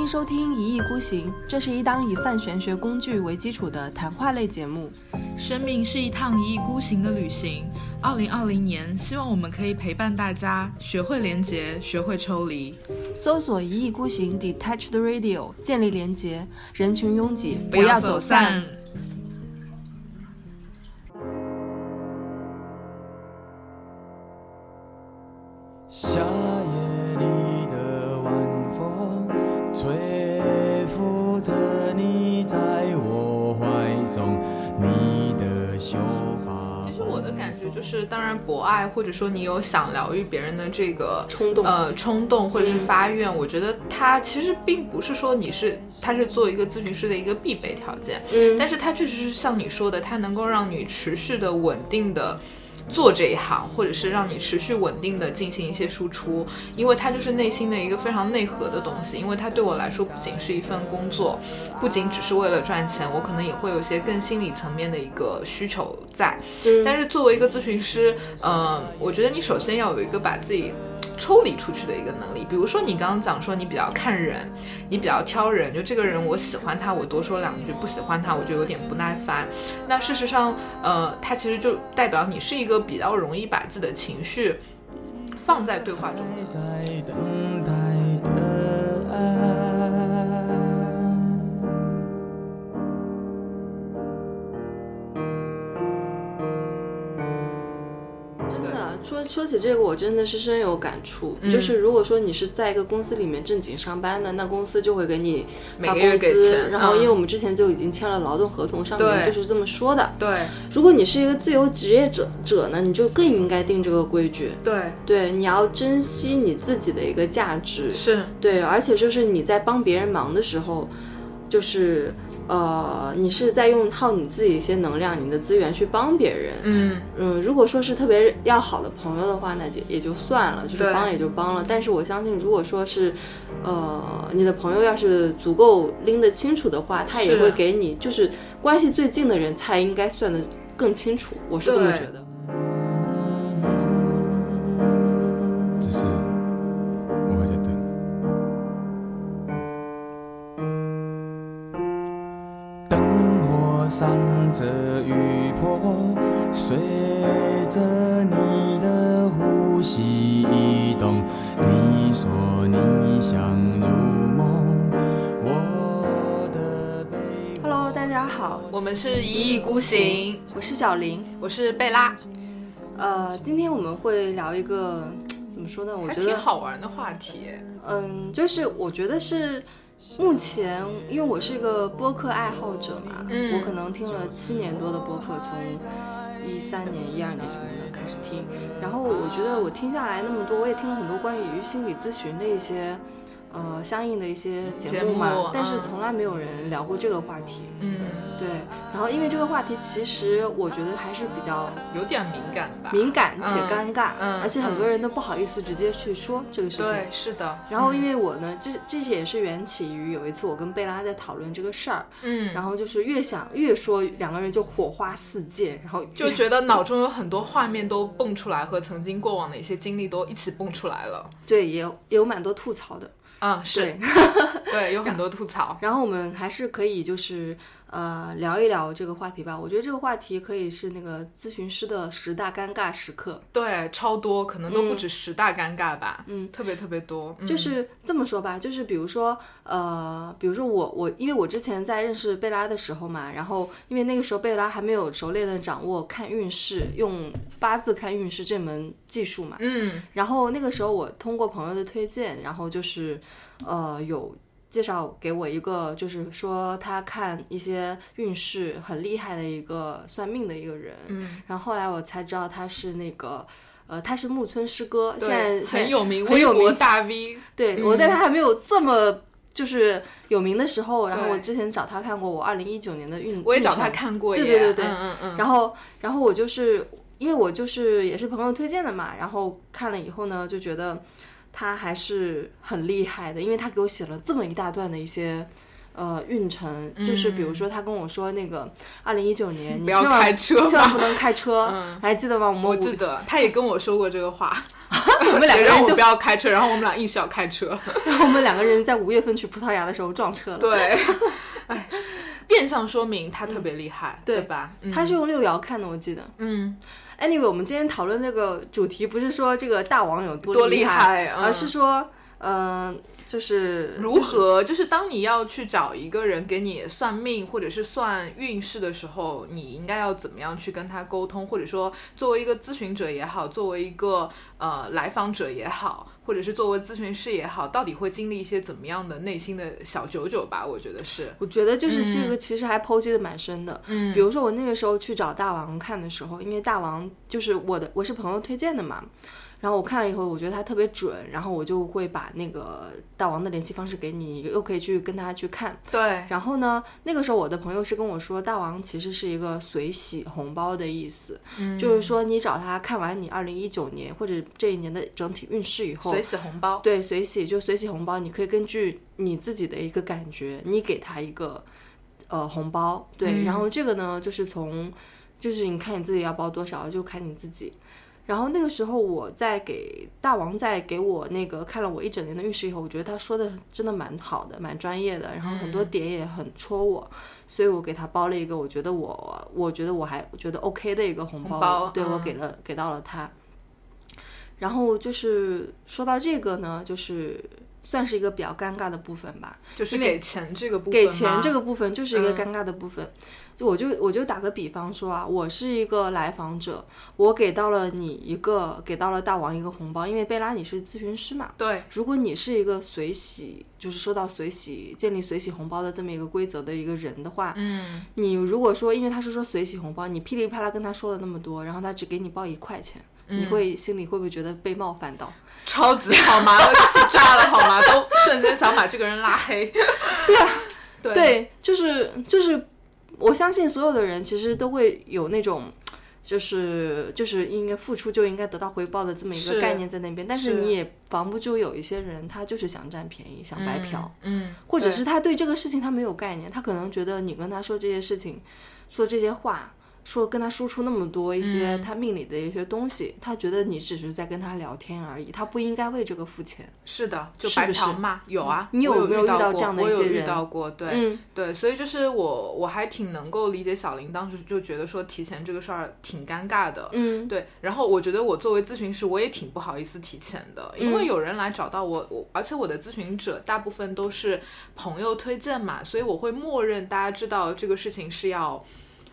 迎收听《一意孤行》，这是一档以泛玄学工具为基础的谈话类节目。生命是一趟一意孤行的旅行。二零二零年，希望我们可以陪伴大家，学会连结，学会抽离。搜索“一意孤行 ”（Detached Radio），建立连结，人群拥挤，不要走散。夏夜里的晚风，吹拂着你在我怀中，你的秀发。其实我的感觉就是，当然博爱或者说你有想疗愈别人的这个冲动呃冲动或者是发愿，我觉得它其实并不是说你是它是做一个咨询师的一个必备条件，嗯但是它确实是像你说的，它能够让你持续的稳定的。做这一行，或者是让你持续稳定的进行一些输出，因为它就是内心的一个非常内核的东西。因为它对我来说不仅是一份工作，不仅只是为了赚钱，我可能也会有一些更心理层面的一个需求在。但是作为一个咨询师，嗯、我觉得你首先要有一个把自己抽离出去的一个能力。比如说你刚刚讲说你比较看人，你比较挑人，就这个人我喜欢他，我多说两句；不喜欢他，我就有点不耐烦。那事实上，呃，他其实就代表你是一个比较容易把自己的情绪放在对话中的。在等待的爱。真的说说起这个，我真的是深有感触。嗯就是如果说你是在一个公司里面正经上班的，那公司就会给你每发个月工给资钱，，然后因为我嗯们之前就已经签了劳动合同，上面对就是这么说的。对如果你是一个自由职业者者呢，你就更应该定这个规矩。对对，你要珍惜你自己的一个价值。是，对，而且就是你在帮别人忙的时候，就是呃，你是在用耗你自己一些能量、你的资源去帮别人。嗯嗯，如果说是特别要好的朋友的话，那就也就算了，就是对帮也就帮了。但是我相信，如果说是，呃，你的朋友要是足够拎得清楚的话，他也是会给你，就是关系最近的人才应该算得更清楚。我是这么对觉得。只是我还在等，灯火闪着雨波，随着你的呼吸移动。你说你想入梦，我的背包。 Hello，大家好，我们是一意孤行，我是小林，我是贝拉，呃，今天我们会聊一个怎么说呢？我还觉挺得，好玩的话题。嗯，就是我觉得是目前，因为我是一个播客爱好者嘛，嗯我可能听了七年多的播客，从一三年、一二年什么的开始听，然后我觉得我听下来那么多，我也听了很多关于心理咨询的一些。呃，相应的一些节目嘛，节目但是嗯从来没有人聊过这个话题。嗯，对，然后因为这个话题其实我觉得还是比较有点敏感吧？敏感且嗯尴尬，嗯而且很多人都不好意思直接去说这个事情。对，嗯是的。然后因为我呢，这这也是缘起于有一次我跟贝拉在讨论这个事儿，嗯，然后就是越想越说，两个人就火花四溅，然后就觉得脑中有很多画面都蹦出来，和曾经过往的一些经历都一起蹦出来了。对也有也有蛮多吐槽的，嗯，是对。 对，有很多吐槽。然后我们还是可以就是呃聊一聊这个话题吧，我觉得这个话题可以是那个咨询师的十大尴尬时刻，对，超多，可能都不止十大尴尬吧。嗯特别特别多。嗯就是这么说吧，就是比如说，呃，比如说我我，因为我之前在认识贝拉的时候嘛，然后因为那个时候贝拉还没有熟练的掌握看运势、用八字看运势这门技术嘛，嗯然后那个时候我通过朋友的推荐，然后就是，呃，有介绍给我一个，就是说他看一些运势很厉害的一个算命的一个人，嗯，然后后来我才知道他是那个。呃，他是木村诗歌，现在对，现在很有名，很有微博名大 V。对、嗯我在他还没有这么就是有名的时候，然后对我之前找他看过我二零一九年的运，我也找运他程，看过耶。嗯对对对对嗯嗯嗯。然后然后我就是因为我就是也是朋友推荐的嘛，然后看了以后呢，就觉得他还是很厉害的，因为他给我写了这么一大段的一些。呃运程，就是比如说他跟我说那个二零一九年，你嗯不要千万开车千万不能开车， 嗯还记得吗？ 我们我五记得他也跟我说过这个话， 我们两个对让人我就不要开车，然后我们俩硬是要 开车。我们两个人在五月份去葡萄牙的时候撞车了。对， 哎，变相说明他特别厉害，对吧？嗯他是用六爻看的，我记得。嗯， Anyway，我们今天讨论那个主题不是说这个大王有多多厉厉害嗯而是说，嗯、就是如何？就是当你要去找一个人给你算命或者是算运势的时候，你应该要怎么样去跟他沟通？或者说，作为一个咨询者也好，作为一个呃来访者也好，或者是作为咨询师也好，到底会经历一些怎么样的内心的小九九吧？我觉得是，我觉得就是嗯这个其实还剖析的蛮深的，嗯比如说我那个时候去找大王看的时候，因为大王就是我的我是朋友推荐的嘛，然后我看了以后，我觉得他特别准，然后我就会把那个大王的联系方式给你，又可以去跟他去看。对，然后呢，那个时候我的朋友是跟我说，大王其实是一个随喜红包的意思，嗯就是说你找他看完你二零一九年或者这一年的整体运势以后随，喜红包，对，随喜就随喜红包，你可以根据你自己的一个感觉，你给他一个呃红包，对，嗯然后这个呢就是从就是你看你自己要包多少，就看你自己。然后那个时候我在给大王在给我那个看了我一整年的运势以后，我觉得他说的真的蛮好的，蛮专业的，然后很多嗯点也很戳我，所以我给他包了一个我觉得我我觉得我还觉得 OK 的一个红包，红包对我嗯给了给到了他。然后就是说到这个呢，就是算是一个比较尴尬的部分吧。就是因为给钱这个部分给吗钱这个部分就是一个嗯尴尬的部分。就我就我就打个比方说啊，我是一个来访者，我给到了你一个，给到了大王一个红包，因为贝拉你是咨询师嘛。对，如果你是一个随喜，就是收到随喜建立随喜红包的这么一个规则的一个人的话，嗯，你如果说因为他是说随喜红包，你噼里啪啦跟他说了那么多，然后他只给你包一块钱，你嗯会心里会不会觉得被冒犯到？超级好吗？我气炸了好吗？都瞬间想把这个人拉黑。对啊，对，就是就是，我相信所有的人其实都会有那种，就是就是应该付出就应该得到回报的这么一是个概念在那边，但是是你也防不住有一些人他就是想占便宜，想白嫖，嗯，或者对是他对这个事情他没有概念，他可能觉得你跟他说这些事情，说这些话。说跟他输出那么多一些嗯他命里的一些东西，他觉得你只是在跟他聊天而已，他不应该为这个付钱。是的，就是白不是嫖嘛，有啊。你有我有没有遇遇到到这过样的一我些有遇人到过，对、嗯对，所以就是我我还挺能够理解小林当时就觉得说提前这个事儿挺尴尬的。嗯，对，然后我觉得我作为咨询师，我也挺不好意思提前的，因嗯为有人来找到我，我而且我的咨询者大部分都是朋友推荐嘛，所以我会默认大家知道这个事情是要。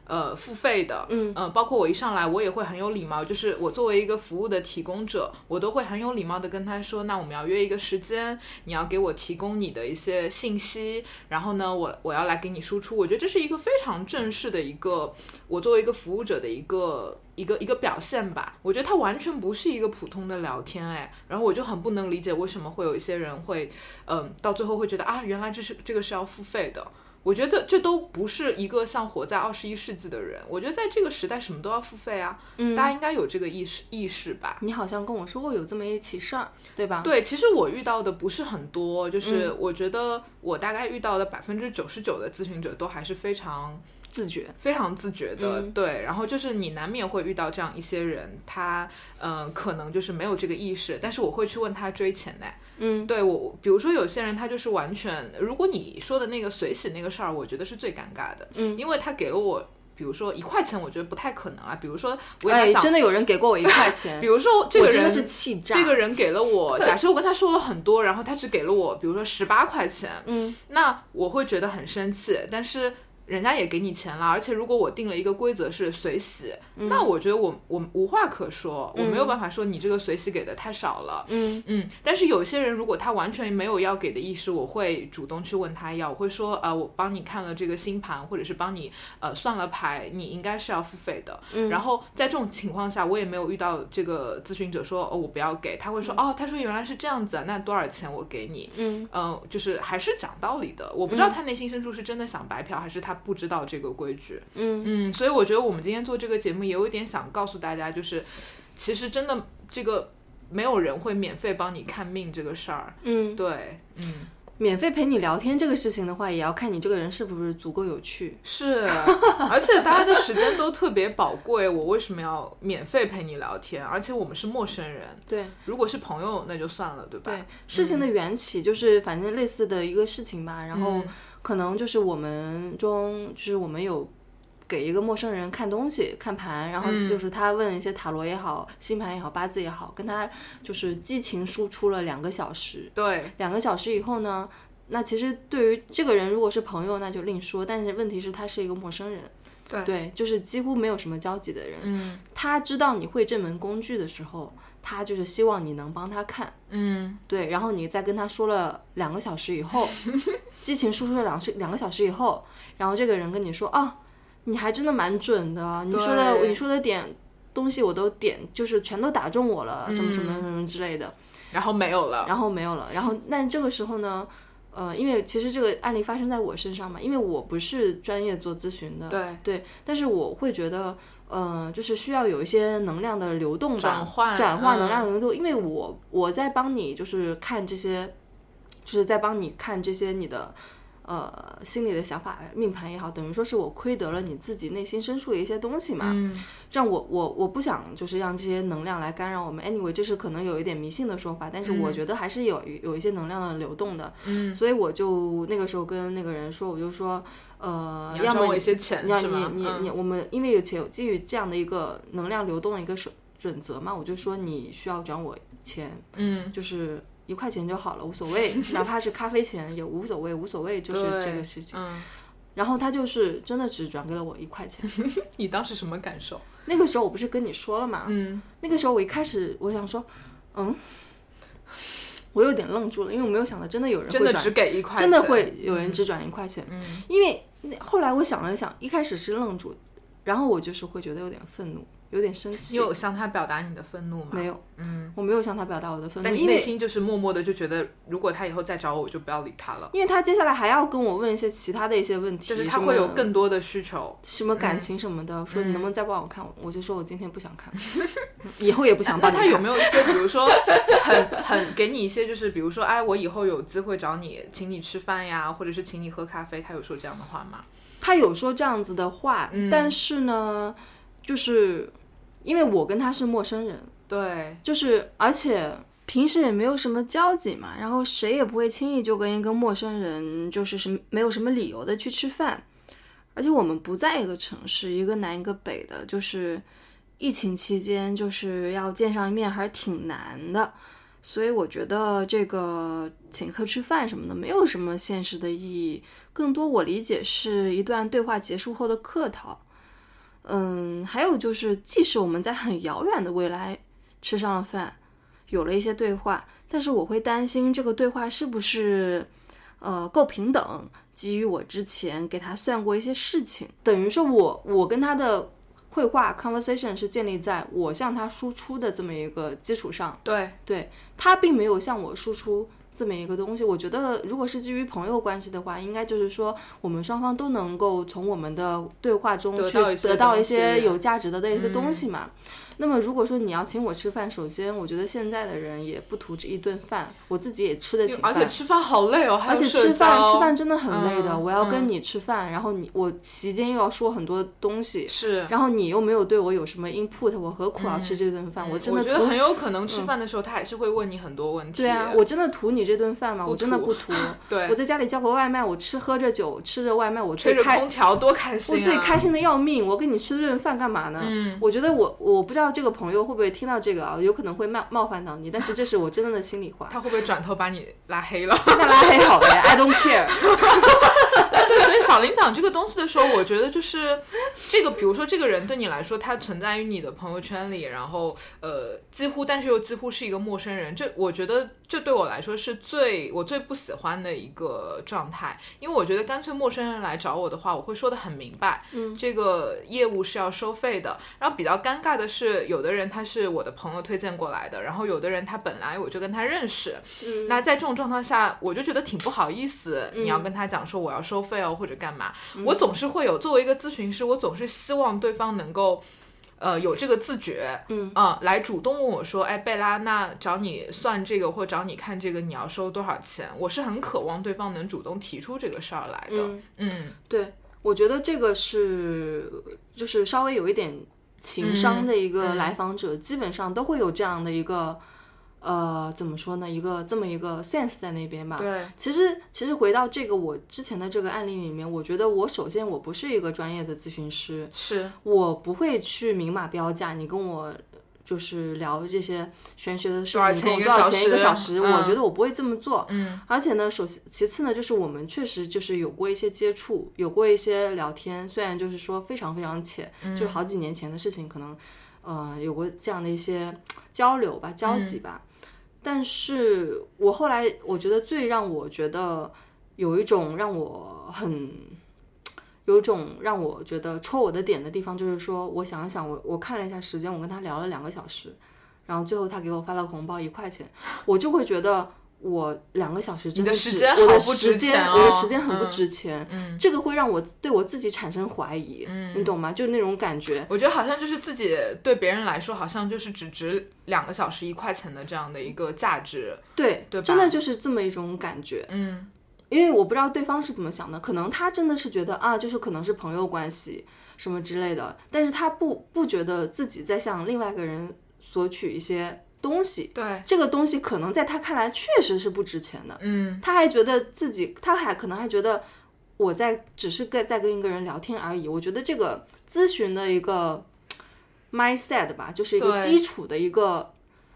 呃，付费的，嗯呃，包括我一上来，我也会很有礼貌，就是我作为一个服务的提供者，我都会很有礼貌的跟他说，那我们要约一个时间，你要给我提供你的一些信息，然后呢，我我要来给你输出，我觉得这是一个非常正式的一个我作为一个服务者的一个一个一个表现吧，我觉得它完全不是一个普通的聊天哎，然后我就很不能理解为什么会有一些人会，嗯，到最后会觉得啊，原来这是这个是要付费的。我觉得这都不是一个像活在二十一世纪的人，我觉得在这个时代什么都要付费啊，嗯大家应该有这个意识意识吧。你好像跟我说过有这么一起事儿，对吧？对，其实我遇到的不是很多，嗯就是我觉得我大概遇到的百分之九十九的咨询者都还是非常自觉。非常自觉的，嗯对。然后就是你难免会遇到这样一些人，他呃可能就是没有这个意识，但是我会去问他追钱呢。嗯，对我，比如说有些人他就是完全，如果你说的那个随喜那个事儿，我觉得是最尴尬的，嗯因为他给了我，比如说一块钱，我觉得不太可能啊。比如说我哎，跟他真讲，的有人给过我一块钱，比如说这个我人真的是气炸。这个人给 了我，假设我跟他说了很多，然后他只给了我，比如说十八块钱，嗯，那我会觉得很生气，但是。人家也给你钱了，而且如果我定了一个规则是随喜，嗯那我觉得我我无话可说，我没有办法说你这个随喜给的太少了。嗯嗯，但是有些人如果他完全没有要给的意识，我会主动去问他要，我会说呃，我帮你看了这个星盘，或者是帮你呃算了牌，你应该是要付费的。然后在这种情况下，我也没有遇到这个咨询者说哦我不要给，他会说、哦他说原来是这样子啊，那多少钱我给你。嗯嗯，就是还是讲道理的。我不知道他内心深处是真的想白嫖，还是他不知道这个规矩。嗯，嗯，所以我觉得我们今天做这个节目，也有一点想告诉大家，就是其实真的这个没有人会免费帮你看命这个事儿。嗯，对，嗯，免费陪你聊天这个事情的话，也要看你这个人是不是足够有趣。 是， 而且大家的时间都特别宝贵，我为什么要免费陪你聊天？而且我们是陌生人，对如果是朋友那就算了，对吧？对，事情的缘起就是反正类似的一个事情吧，然后嗯可能就是我们中就是我们有。给一个陌生人看东西、看盘，然后嗯就是他问一些塔罗也好、星盘也好、八字也好，跟他就是激情输出了两个小时。对，两个小时以后呢，那其实对于这个人如果是朋友那就另说，但是问题是他是一个陌生人，对就是几乎没有什么交集的人。嗯他知道你会这门工具的时候，他就是希望你能帮他看，嗯，对，然后你再跟他说了两个小时以后，激情输出了两是两个小时以后，然后这个人跟你说啊，你还真的蛮准的，你说的对你说的点东西我都点，就是全都打中我了，什么什么嗯什么之类的。然后没有了，然后没有了。然后，但这个时候呢，呃，因为其实这个案例发生在我身上嘛，因为我不是专业做咨询的，对但是我会觉得，呃，就是需要有一些能量的流动吧，转换转换能嗯量的流动，因为我我在帮你就是看这些，就是在帮你看这些你的。呃，心里的想法、命盘也好，等于说是我窥得了你自己内心深处的一些东西嘛。嗯，让我我我不想就是让这些能量来干扰我们。Anyway，这是可能有一点迷信的说法，但是嗯我觉得还是有有一些能量的流动的。嗯，所以我就那个时候跟那个人说，我就说，呃，你要要赚么我一你些钱你要是吗？你你嗯你，我们因为有且有基于这样的一个能量流动的一个手准则嘛，我就说你需要转我钱，嗯，就是一块钱就好了，无所谓， 哪怕是咖啡钱也无所谓，无所谓就是对这个事情。嗯，然后他就是真的只转给了我一块钱。你当时什么感受？那个时候我不是跟你说了嘛，嗯，那个时候我一开始我想说，嗯，我有点愣住了，因为我没有想到真的有人会真的转，只给一块，真的，会有人只转一块钱，嗯因为那后来我想了想，一开始是愣住，然后我就是会觉得有点愤怒，有点生你气，有向他表达你的愤怒吗？没有，嗯，我没有向他表达我的愤但怒，你因内为心就是默默的就觉得，如果他以后再找我，我就不要理他了，因为他接下来还要跟我问一些其他的一些问题，就是他什么会有更嗯多的需求。什么感情什么的，说你能不能再帮我看，我就说我今天不想 看，以后也不想帮那你他有看。没有一些，比如说很很给你一些，就是比如说，哎，我以后有机会找你，请你吃饭呀，或者是请你喝咖啡，他有说这样的话吗？他有说这样子的话，嗯但是呢，就是因为我跟他是陌生人，对，就是而且平时也没有什么交集嘛，然后谁也不会轻易就跟一个陌生人就是什么没有什么理由的去吃饭，而且我们不在一个城市，一个南一个北的，就是疫情期间就是要见上一面还是挺难的。所以我觉得这个请客吃饭什么的没有什么现实的意义，更多我理解是一段对话结束后的客套。嗯，还有就是，即使我们在很遥远的未来吃上了饭，有了一些对话，但是我会担心这个对话是不是呃够平等，基于我之前给他算过一些事情，等于说我我跟他的绘画 conversation 是建立在我向他输出的这么一个基础上，对，对他并没有向我输出。这么一个东西，我觉得如果是基于朋友关系的话，应该就是说我们双方都能够从我们的对话中得去到一些得到一东些西嗯有价值的的一些东西嘛。那么如果说你要请我吃饭，首先我觉得现在的人也不图这一顿饭，我自己也吃得起饭，而且吃饭好累哦，还而有且社吃饭交吃饭真的很累的。嗯我要跟嗯你吃饭，然后你我期间又要说很多东西，是。然后你又没有对我有什么 input，我何苦要吃这顿饭？我真的嗯我觉图得很有可能吃饭的时候，他还是会问你很多问题。对啊，我真的图你这顿饭吗？不我真的图不图。 对我在家里叫个外卖，我吃喝着酒，吃着外卖，我吹最着开空调多开心、我啊！自己开心的要命，我跟你吃这顿饭干嘛呢？嗯我觉得我我不知道这个朋友会不会听到这个啊，有可能会冒冒犯到你，但是这是我真正的心里话。他会不会转头把你拉黑了？那拉黑好了呀，I don't care。对，所以小林讲这个东西的时候，我觉得就是这个，比如说这个人对你来说，他存在于你的朋友圈里，然后呃，几乎但是又几乎是一个陌生人，这我觉得这对我来说是最我最不喜欢的一个状态，因为我觉得干脆陌生人来找我的话，我会说的很明白，嗯，这个业务是要收费的。然后比较尴尬的是，有的人他是我的朋友推荐过来的，然后有的人他本来我就跟他认识，那在这种状况下，我就觉得挺不好意思，嗯你要跟他讲说我要收费哦，或者干嘛。我总是会有作为一个咨询师，我总是希望对方能够。呃有这个自觉，嗯啊、来主动问我说，哎，贝拉，那找你算这个或找你看这个，你要收多少钱？我是很渴望对方能主动提出这个事儿来的，嗯嗯。对，我觉得这个是就是稍微有一点情商的一个嗯来访者，基本上都会有这样的一个呃，怎么说呢？一个这么一个 sense 在那边吧。对，其实，其实回到这个我之前的这个案例里面，我觉得我首先我不是一个专业的咨询师，是，我不会去明码标价。你跟我就是聊这些玄学的事多少情，你跟钱我一个多少小钱一个时小时？我嗯觉得我不会这么做。嗯而且呢，首先其次呢，就是我们确实就是有过一些接触，有过一些聊天，虽然就是说非常非常浅，嗯就是好几年前的事情，可能呃有过这样的一些嘖交流吧、嗯交集吧。但是我后来我觉得最让我觉得有一种让我很嘖有一种让我觉得戳我的点的地方，就是说我想了想，我我看了一下时间，我跟他聊了两个小时，然后最后他给我发了个红包一块钱，我就会觉得我两个小时真你的值，时间我的好不时值间、钱哦我的时间很不嗯值钱，嗯这个会让我对我自己产生怀疑，你懂吗？就那种感觉。我觉得好像就是自己对别人来说，好像就是只值两个小时一块钱的这样的一个价值。对，对吧真的就是这么一种感觉，嗯，因为我不知道对方是怎么想的，可能他真的是觉得啊，就是可能是朋友关系什么之类的，但是他不不觉得自己在向另外一个人索取一些东西，对，这个东西可能在他看来确实是不值钱的，嗯，他还觉得自己，他还可能还觉得我在只是跟在跟一个人聊天而已。我觉得这个咨询的一个 mindset 吧，就是一个对基础的一个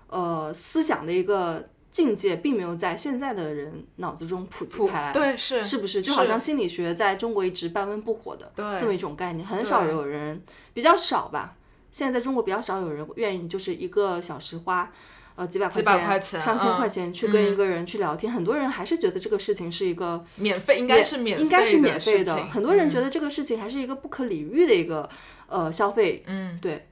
呃思想的一个境界，并没有在现在的人脑子中普及普开来。。对是是不是就好像心理学在中国一直半温不火的对这么一种概念，很少有人比较少吧？现在在中国比较少有人愿意就是一个小时花呃几百块几百钱、块钱上千嗯块钱去跟一个人去聊天，很多人还是觉得这个事情是一个免费，应该是免应该是免费费的的事，情。很多人嗯觉得这个事情还是一个不可理喻的一个呃消费，嗯，对，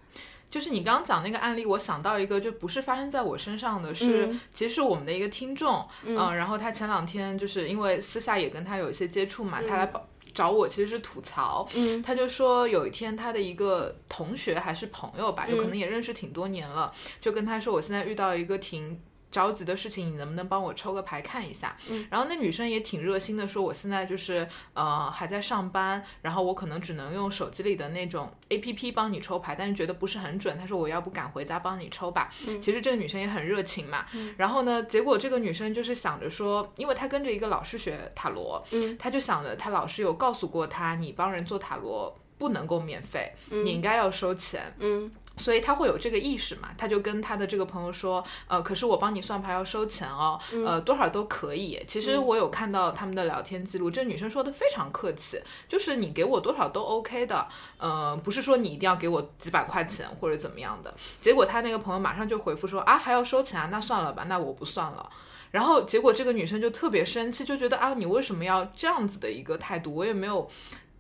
就是你刚刚讲那个案例，我想到一个，就不是发生在我身上的是，嗯其实是我们的一个听众，嗯呃然后他前两天就是因为私下也跟他有一些接触嘛，他来报找我其实是吐槽，嗯他就说有一天他的一个同学还是朋友吧，有可嗯能也认识挺多年了，就跟他说我现在遇到一个挺。着急的事情，你能不能帮我抽个牌看一下？然后那女生也挺热心的，说我现在就是呃还在上班，然后我可能只能用手机里的那种 A P P 帮你抽牌，但是觉得不是很准。她说我要不赶回家帮你抽吧。其实这个女生也很热情嘛。然后呢，结果这个女生就是想着说，因为她跟着一个老师学塔罗，嗯她就想着她老师有告诉过她，你帮人做塔罗不能够免费，你应该要收钱。嗯所以他会有这个意识嘛，他就跟他的这个朋友说，呃，可是我帮你算牌要收钱哦，呃，多少都可以。其实我有看到他们的聊天记录，这女生说的非常客气，就是你给我多少都 OK 的，呃，不是说你一定要给我几百块钱或者怎么样的。结果他那个朋友马上就回复说啊，还要收钱啊，那算了吧，那我不算了。然后结果这个女生就特别生气，就觉得啊，你为什么要这样子的一个态度？我也没有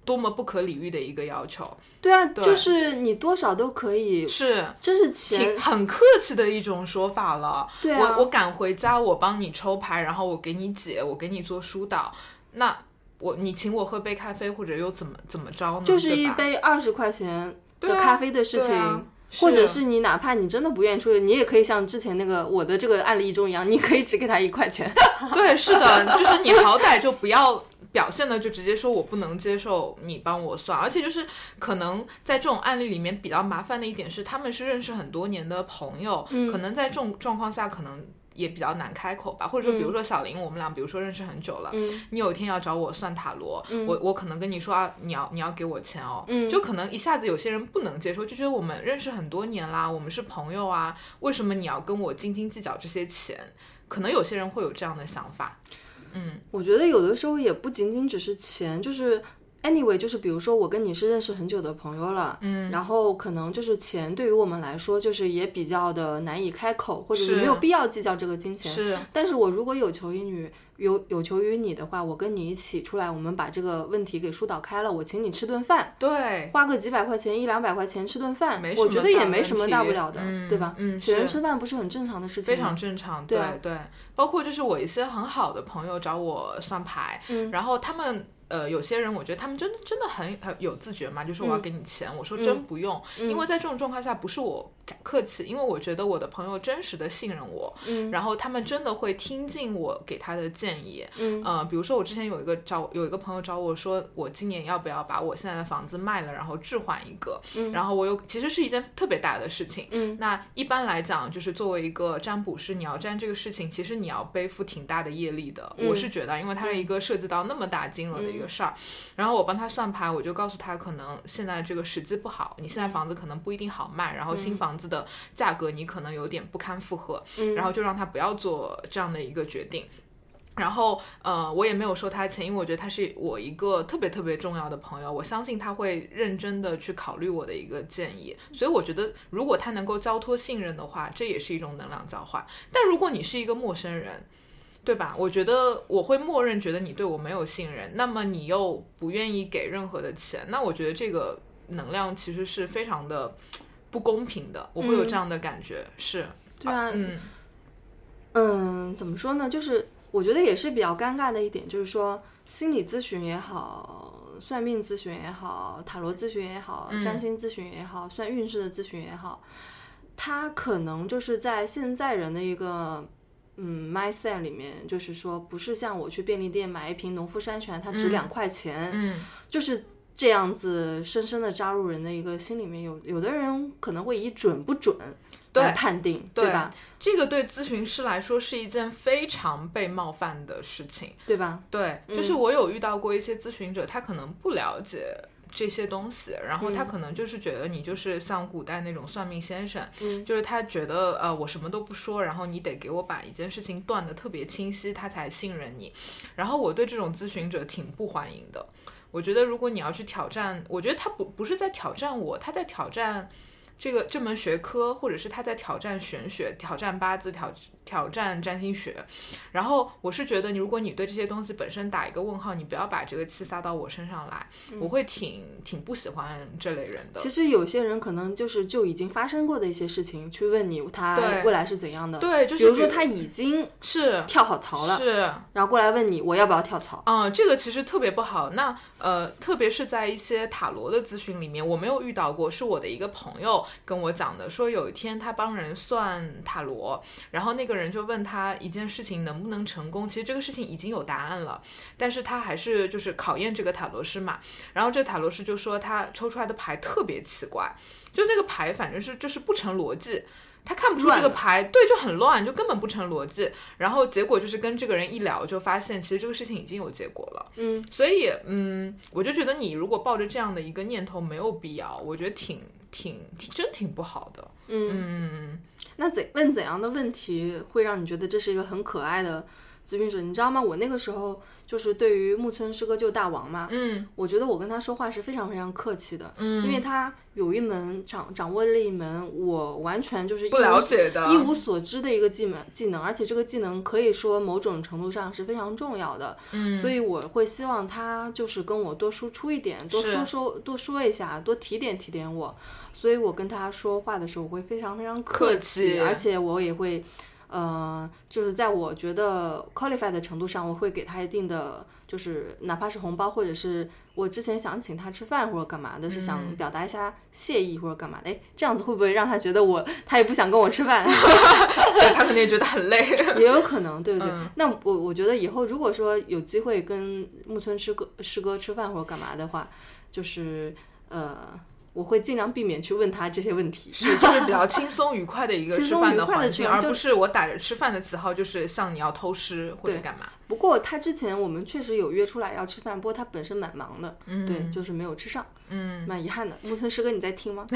多么不可理喻的一个要求，对啊，就是你多少都可以，是这是钱挺，很客气的一种说法了。对啊我我赶回家，我帮你抽牌，然后我给你解，我给你做疏导。那我你请我喝杯咖啡，或者又怎么怎么着呢？就是嗯对一吧杯二十块钱对的啊咖啡的事情。对啊或者是你哪怕你真的不愿意出去，你也可以像之前那个我的这个案例中一样，你可以只给他一块钱。对，是的，就是你好歹就不要表现的就直接说我不能接受你帮我算，而且就是可能在这种案例里面比较麻烦的一点是，他们是认识很多年的朋友，可能在这种状况下可能。也比较难开口吧，或者说，比如说小林，我们俩比如说认识很久了，你有一天要找我算塔罗，我我可能跟你说啊，你要你要给我钱哦，就可能一下子有些人不能接受，就觉得我们认识很多年啦，我们是朋友啊，为什么你要跟我斤斤计较这些钱？可能有些人会有这样的想法，我觉得有的时候也不仅仅只是钱，就是 anyway，就是比如说我跟你是认识很久的朋友了，嗯，然后可能就是钱对于我们来说，就是也比较的难以开口，或者是是没有必要计较这个金钱。是但是我如果有求于你，有有求于你的话，我跟你一起出来，我们把这个问题给疏导开了，我请你吃顿饭，对，花个几百块钱、一两百块钱吃顿饭没，什么我觉得也大没问什么题大不了的，嗯对吧？嗯请人是吃饭不是很正常的事情吗？非常正常，对啊嗯对，包括就是我一些很好的朋友找我算牌，然后他们呃，有些人我觉得他们真的真的很很有自觉嘛，就嗯说我要给你钱，我说真不用，因为在这种状况下不是我客气，因为我觉得我的朋友真实的信任我，嗯然后他们真的会听进我给他的建议，嗯、呃，比如说我之前有一个找有一个朋友找我说，我今年要不要把我现在的房子卖了，然后置换一个，然后我有其实是一件特别大的事情，嗯那一般来讲就是作为一个占卜师，你要占这个事情，其实你要背负挺大的业力的，我是觉得，因为它是一个涉及到那么大金额的一个事儿，然后我帮他算牌，我就告诉他，可能现在这个时机不好，你现在房子可能不一定好卖，然后新房子的价格你可能有点不堪负荷，然后就让他不要做这样的一个决定。然后，呃，我也没有收他钱，因为我觉得他是我一个特别特别重要的朋友，我相信他会认真的去考虑我的一个建议，所以我觉得如果他能够交托信任的话，这也是一种能量交换。但如果你是一个陌生人，对吧？我觉得我会默认觉得你对我没有信任，那么你又不愿意给任何的钱，那我觉得这个能量其实是非常的不公平的，我会有这样的感觉，是，对啊，嗯嗯，怎么说呢？就是我觉得也是比较尴尬的一点，就是说心理咨询也好，算命咨询也好，塔罗咨询也好，嗯占星咨询也好，算运势的咨询也好，它可能就是在现在人的一个。嗯，mindset 里面就是说，不是像我去便利店买一瓶农夫山泉，它值两块钱，嗯，就是这样子深深的扎入人的一个心里面。有有的人可能会以准不准来对判定，对对吧？这个对咨询师来说是一件非常被冒犯的事情。对吧？对，嗯就是我有遇到过一些咨询者，他可能不了解。这些东西，然后他嗯可能就是觉得你就是像古代那种算命先生，嗯就是他觉得呃我什么都不说，然后你得给我把一件事情断得特别清晰，他才信任你。然后我对这种咨询者挺不欢迎的。我觉得如果你要去挑战，我觉得他不不是在挑战我，他在挑战这个这门学科，或者是他在挑战玄学、挑战八字、挑挑战占星学。然后我是觉得，你如果你对这些东西本身打一个问号，你不要把这个气撒到我身上来，我会挺挺不喜欢这类人的嗯其。实有些人可能就是就已经发生过的一些事情，去问你他对未来是怎样的。对，就是比如说比他已经是跳好槽了，是然后过来问你我要不要跳槽。嗯，这个其实特别不好。那呃，特别是在一些塔罗的咨询里面，我没有遇到过，是我的一个朋友跟我讲的，说有一天他帮人算塔罗，然后那个人就问他一件事情能不能成功，其实这个事情已经有答案了，但是他还是就是考验这个塔罗师嘛。然后这个塔罗师就说他抽出来的牌特别奇怪，就那个牌反正是就是不成逻辑。他看不出这乱个了牌，对，就很乱，就根本不成逻辑。然后结果就是跟这个人一聊，就发现其实这个事情已经有结果了。嗯，所以嗯，我就觉得你如果抱着这样的一个念头，没有必要，我觉得挺挺挺真挺不好的。嗯嗯那怎问怎样的问题会让你觉得这是一个很可爱的咨询者？你知道吗？我那个时候就是对于木村诗歌救大王嘛，嗯我觉得我跟他说话是非常非常客气的，嗯，因为他有一门掌掌握了一门我完全就是一不无了所解的，一无所知的一个技能技能，而且这个技能可以说某种程度上是非常重要的，嗯，所以我会希望他就是跟我多输出一点，多是说说多说一下，多提点提点我，所以我跟他说话的时候，我会非常非常客气，气而且我也会。呃，就是在我觉得 qualified 的程度上，我会给他一定的，就是哪怕是红包，或者是我之前想请他吃饭或者干嘛的，是想表达一下谢意或者干嘛的。哎，这样子会不会让他觉得我他也不想跟我吃饭？对他可能也觉得很累。 也有可能，对对对。嗯那我我觉得以后如果说有机会跟木村师哥师哥吃饭或者干嘛的话，就是呃，我会尽量避免去问他这些问题。是，就是比较轻松愉快的一个轻吃松饭愉的快地环吃境，饭而就不是我打着吃饭的旗号，就是像你要偷师或者对干嘛。不过他之前我们确实有约出来要吃饭，不过他本身蛮忙的，嗯对，就是没有吃上，嗯，蛮遗憾的。木村师哥你在听吗？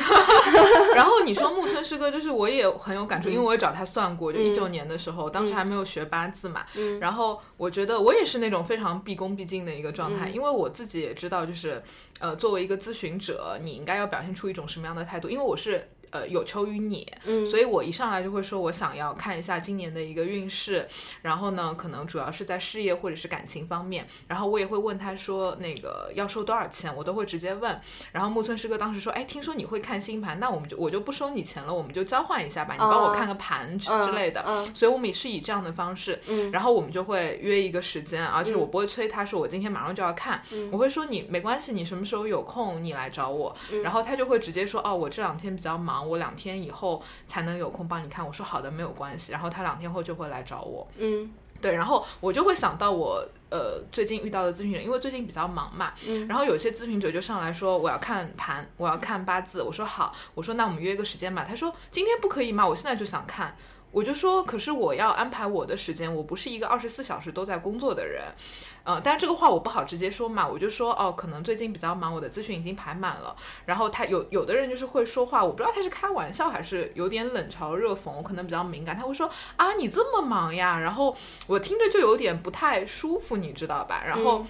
然后你说木村师哥，就是我也很有感触，因为我也找他算过，就一九年的时候，当时还没有学八字嘛。然后我觉得我也是那种非常毕恭毕敬的一个状态，因为我自己也知道，就是呃，作为一个咨询者，你应该要表现出一种什么样的态度，因为我是。呃有求于你，嗯，所以我一上来就会说我想要看一下今年的一个运势，然后呢，可能主要是在事业或者是感情方面，然后我也会问他说那个要收多少钱，我都会直接问。然后木村师哥当时说，哎，听说你会看星盘，那我们就我就不收你钱了，我们就交换一下吧，你帮我看个盘之嗯之类的。嗯所以我们也是以这样的方式，嗯然后我们就会约一个时间，而且我不会催他说我今天马上就要看，嗯我会说你没关系，你什么时候有空你来找我，嗯然后他就会直接说哦，我这两天比较忙，我两天以后才能有空帮你看。我说好的，没有关系。然后他两天后就会来找我，嗯对，然后我就会想到我呃最近遇到的咨询人，因为最近比较忙嘛，嗯然后有些咨询者就上来说我要看盘，我要看八字，我说好，我说那我们约一个时间吧，他说今天不可以吗？我现在就想看。我就说，可是我要安排我的时间，我不是一个二十四小时都在工作的人，呃，但这个话我不好直接说嘛，我就说哦，可能最近比较忙，我的咨询已经排满了。然后他有有的人就是会说话，我不知道他是开玩笑还是有点冷嘲热讽，我可能比较敏感，他会说啊你这么忙呀，然后我听着就有点不太舒服，你知道吧？然后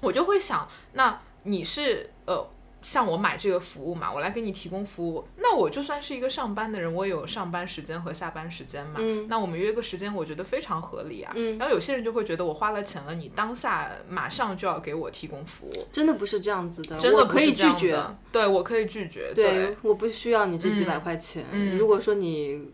我就会想，那你是呃。向我买这个服务嘛，我来给你提供服务。那我就算是一个上班的人，我也有上班时间和下班时间嘛。嗯那我们约个时间，我觉得非常合理啊。嗯然后有些人就会觉得我花了钱了，你当下马上就要给我提供服务，真的不是这样子的，真的我不可是以这拒样的绝。。对，我可以拒绝。对，对，我不需要你这几百嗯块钱。嗯如果说你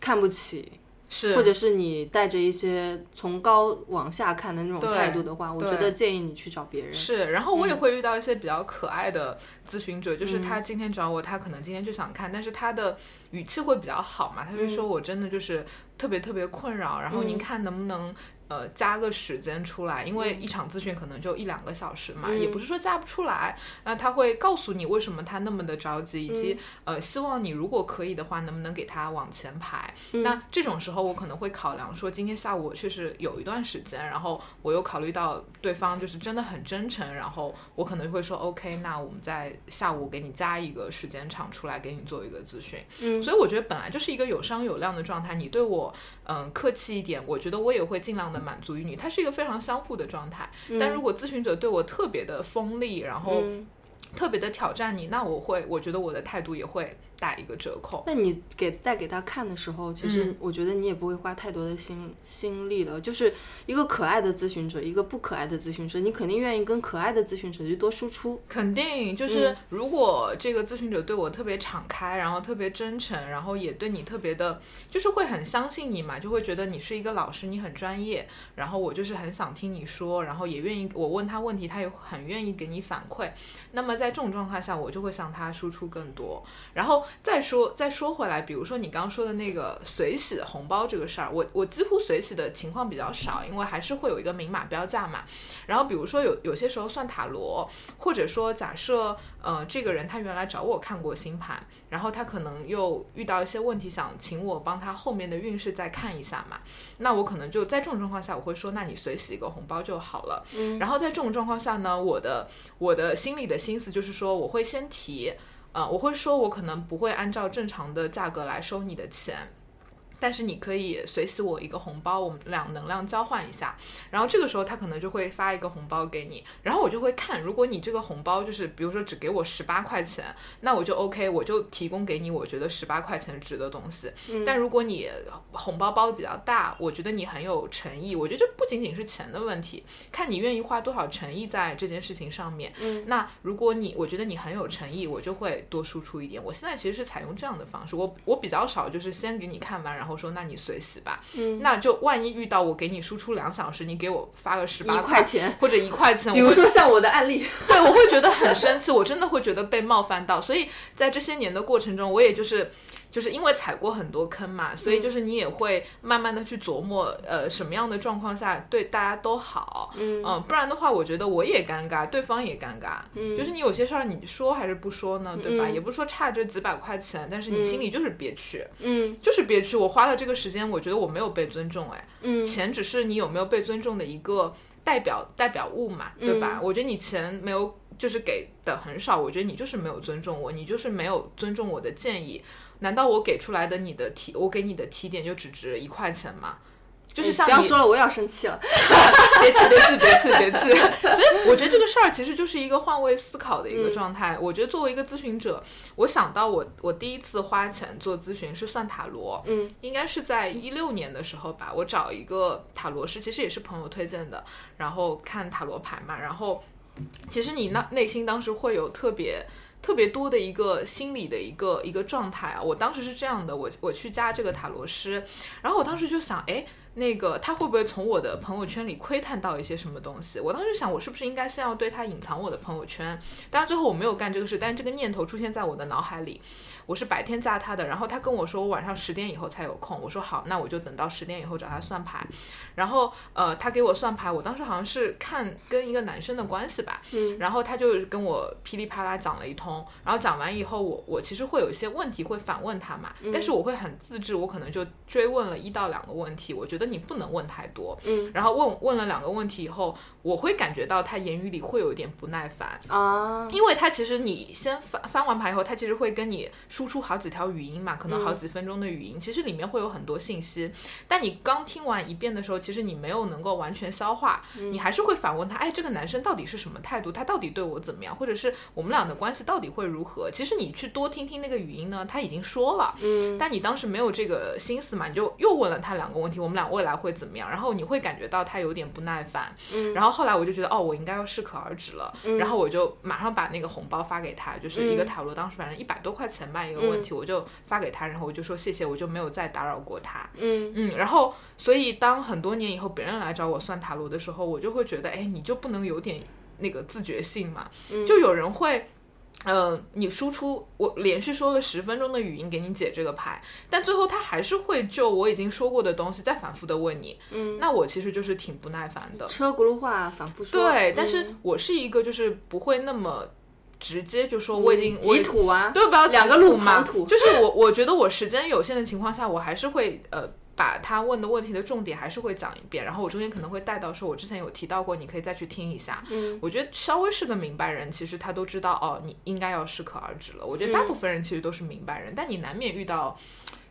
看不起，是或者是你带着一些从高往下看的那种对态度的话，我对觉得建议你去找别人。是，然后我也会遇到一些比较可爱的咨询者，就是他今天找我，他可能今天就想看，但是他的语气会比较好嘛，他就说我真的就是特别特别困扰，然后您看能不能。呃，加个时间出来，因为一场咨询可能就一两个小时嘛，也不是说加不出来。那他会告诉你为什么他那么的着急，以及、呃，希望你如果可以的话，能不能给他往前排。那这种时候，我可能会考量说，今天下午我确实有一段时间，然后我又考虑到对方就是真的很真诚，然后我可能会说 OK，那我们在下午给你加一个时间场出来给你做一个咨询。嗯所以我觉得本来就是一个有商有量的状态，你对我嗯客气一点，我觉得我也会尽量的满足于你，它是一个非常相互的状态。但如果咨询者对我特别的锋利，然后嗯特别的挑战你，那我会，我觉得我的态度也会打一个折扣。那你给在给他看的时候，其实嗯我觉得你也不会花太多的心心力了。就是一个可爱的咨询者，一个不可爱的咨询者，你肯定愿意跟可爱的咨询者去多输出。肯定就是嗯，如果这个咨询者对我特别敞开，然后特别真诚，然后也对你特别的，就是会很相信你嘛，就会觉得你是一个老师，你很专业，然后我就是很想听你说，然后也愿意我问他问题，他也很愿意给你反馈。那么在这种状态下，我就会向他输出更多。然后再说再说回来，比如说你刚刚说的那个随喜红包这个事儿，我我几乎随喜的情况比较少，因为还是会有一个明码标价嘛。然后比如说有有些时候算塔罗，或者说假设呃这个人他原来找我看过星盘，然后他可能又遇到一些问题，想请我帮他后面的运势再看一下嘛。那我可能就在这种状况下，我会说，那你随喜一个红包就好了。嗯、然后在这种状况下呢，我的我的心里的心思就是说，我会先提。呃，我会说，我可能不会按照正常的价格来收你的钱，但是你可以随喜我一个红包，我们俩能量交换一下。然后这个时候他可能就会发一个红包给你，然后我就会看，如果你这个红包就是比如说只给我十八块钱，那我就 OK，我就提供给你我觉得十八块钱值的东西。嗯但如果你红包包的比较大，我觉得你很有诚意，我觉得这不仅仅是钱的问题，看你愿意花多少诚意在这件事情上面。嗯，那如果你我觉得你很有诚意，我就会多输出一点。我现在其实是采用这样的方式，我我比较少就是先给你看完，然后说那你随喜吧。嗯，那就万一遇到我给你输出两小时，你给我发个十八一块钱或者一块钱，比如我会说像我的案例， 对，我会觉得很生气，我真的会觉得被冒犯到。所以在这些年的过程中，我也就是就是因为踩过很多坑嘛，所以就是你也会慢慢的去琢磨，呃，什么样的状况下对大家都好，嗯、不然的话，我觉得我也尴尬，对方也尴尬，嗯，就是你有些事儿你说还是不说呢，对吧？也不是说差这几百块钱，但是你心里就是憋屈， 嗯就是憋屈，我花了这个时间，我觉得我没有被尊重，哎，嗯钱只是你有没有被尊重的一个代表代表物嘛，对吧？嗯我觉得你钱没有就是给的很少，我觉得你就是没有尊重我，你就是没有尊重我的建议。难道我给出来的你的提，我给你的提点就只值一块钱吗？就是嗯像哎不要你说了，我又要生气了。 别气，别气，别气，别气。 所以我觉得这个事儿其实就是一个换位思考的一个状态。我觉得作为一个咨询者，我想到我我第一次花钱做咨询是算塔罗，嗯，应该是在一六年的时候吧。我找一个塔罗师，其实也是朋友推荐的，然后看塔罗牌嘛，然后其实你那内心当时会有特别。特别多的一个心理的一个一个状态啊，我当时是这样的，我我去加这个塔罗师，然后我当时就想，哎，那个他会不会从我的朋友圈里窥探到一些什么东西？我当时就想，我是不是应该先要对他隐藏我的朋友圈？当然最后我没有干这个事，但是这个念头出现在我的脑海里。我是白天加他的，然后他跟我说我晚上十点以后才有空，我说好，那我就等到十点以后找他算牌。然后呃，他给我算牌，我当时好像是看跟一个男生的关系吧，嗯然后他就跟我噼里啪啦讲了一通，然后讲完以后我，我其实会有一些问题会反问他嘛，嗯但是我会很自制，我可能就追问了一到两个问题，我觉得你不能问太多，嗯然后问问了两个问题以后，我会感觉到他言语里会有一点不耐烦，啊，因为他其实你先翻翻完牌以后，他其实会跟你输出好几条语音嘛，可能好几分钟的语音，其实里面会有很多信息。但你刚听完一遍的时候，其实你没有能够完全消化，你还是会反问他，哎，这个男生到底是什么态度？他到底对我怎么样？或者是我们俩的关系到底会如何？其实你去多听听那个语音呢，他已经说了，嗯但你当时没有这个心思嘛，你就又问了他两个问题，我们俩未来会怎么样？然后你会感觉到他有点不耐烦，嗯然后后来我就觉得哦，我应该要适可而止了，嗯然后我就马上把那个红包发给他，就是一个嗯塔罗，当时反正一百多块钱吧，一个问题，我就发给他，然后我就说谢谢，我就没有再打扰过他。嗯嗯，然后所以当很多年以后别人来找我算塔罗的时候，我就会觉得，哎，你就不能有点那个自觉性嘛？嗯就有人会。嗯，你输出我连续说了十分钟的语音给你解这个牌，但最后他还是会就我已经说过的东西再反复的问你，嗯，那我其实就是挺不耐烦的。车轱辘话反复说。对，但是嗯我是一个就是不会那么直接就说你我已经我已挤土啊，对吧？ 两个挤路土嘛旁土就是我我觉得我时间有限的情况下，我还是会呃。把他问的问题的重点还是会讲一遍，然后我中间可能会带到说，我之前有提到过，你可以再去听一下。嗯我觉得稍微是个明白人，其实他都知道哦，你应该要适可而止了。我觉得大部分人其实都是明白人，但你难免遇到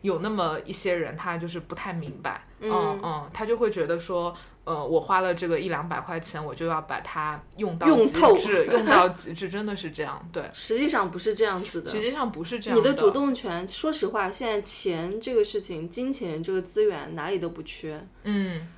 有那么一些人，他就是不太明白，嗯嗯嗯，他就会觉得说，呃，我花了这个一两百块钱，我就要把它用到用极透致，用到极致，真的是这样，对。实际上不是这样子的实。际上不是这样你的的主动权，说实话，现在钱这个事情，金钱这个资源哪里都不缺。嗯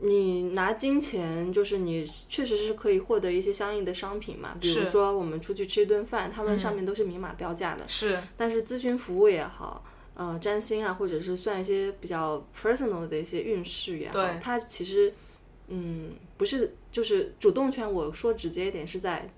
你拿金钱，就是你确实是可以获得一些相应的商品嘛，比如是说我们出去吃一顿饭，他们嗯上面都是明码标价的。是但是咨询服务也好，呃，占星啊，或者是算一些比较 personal 的一些运势也好对，它其实，嗯，不是就是主动权，我说直接一点是在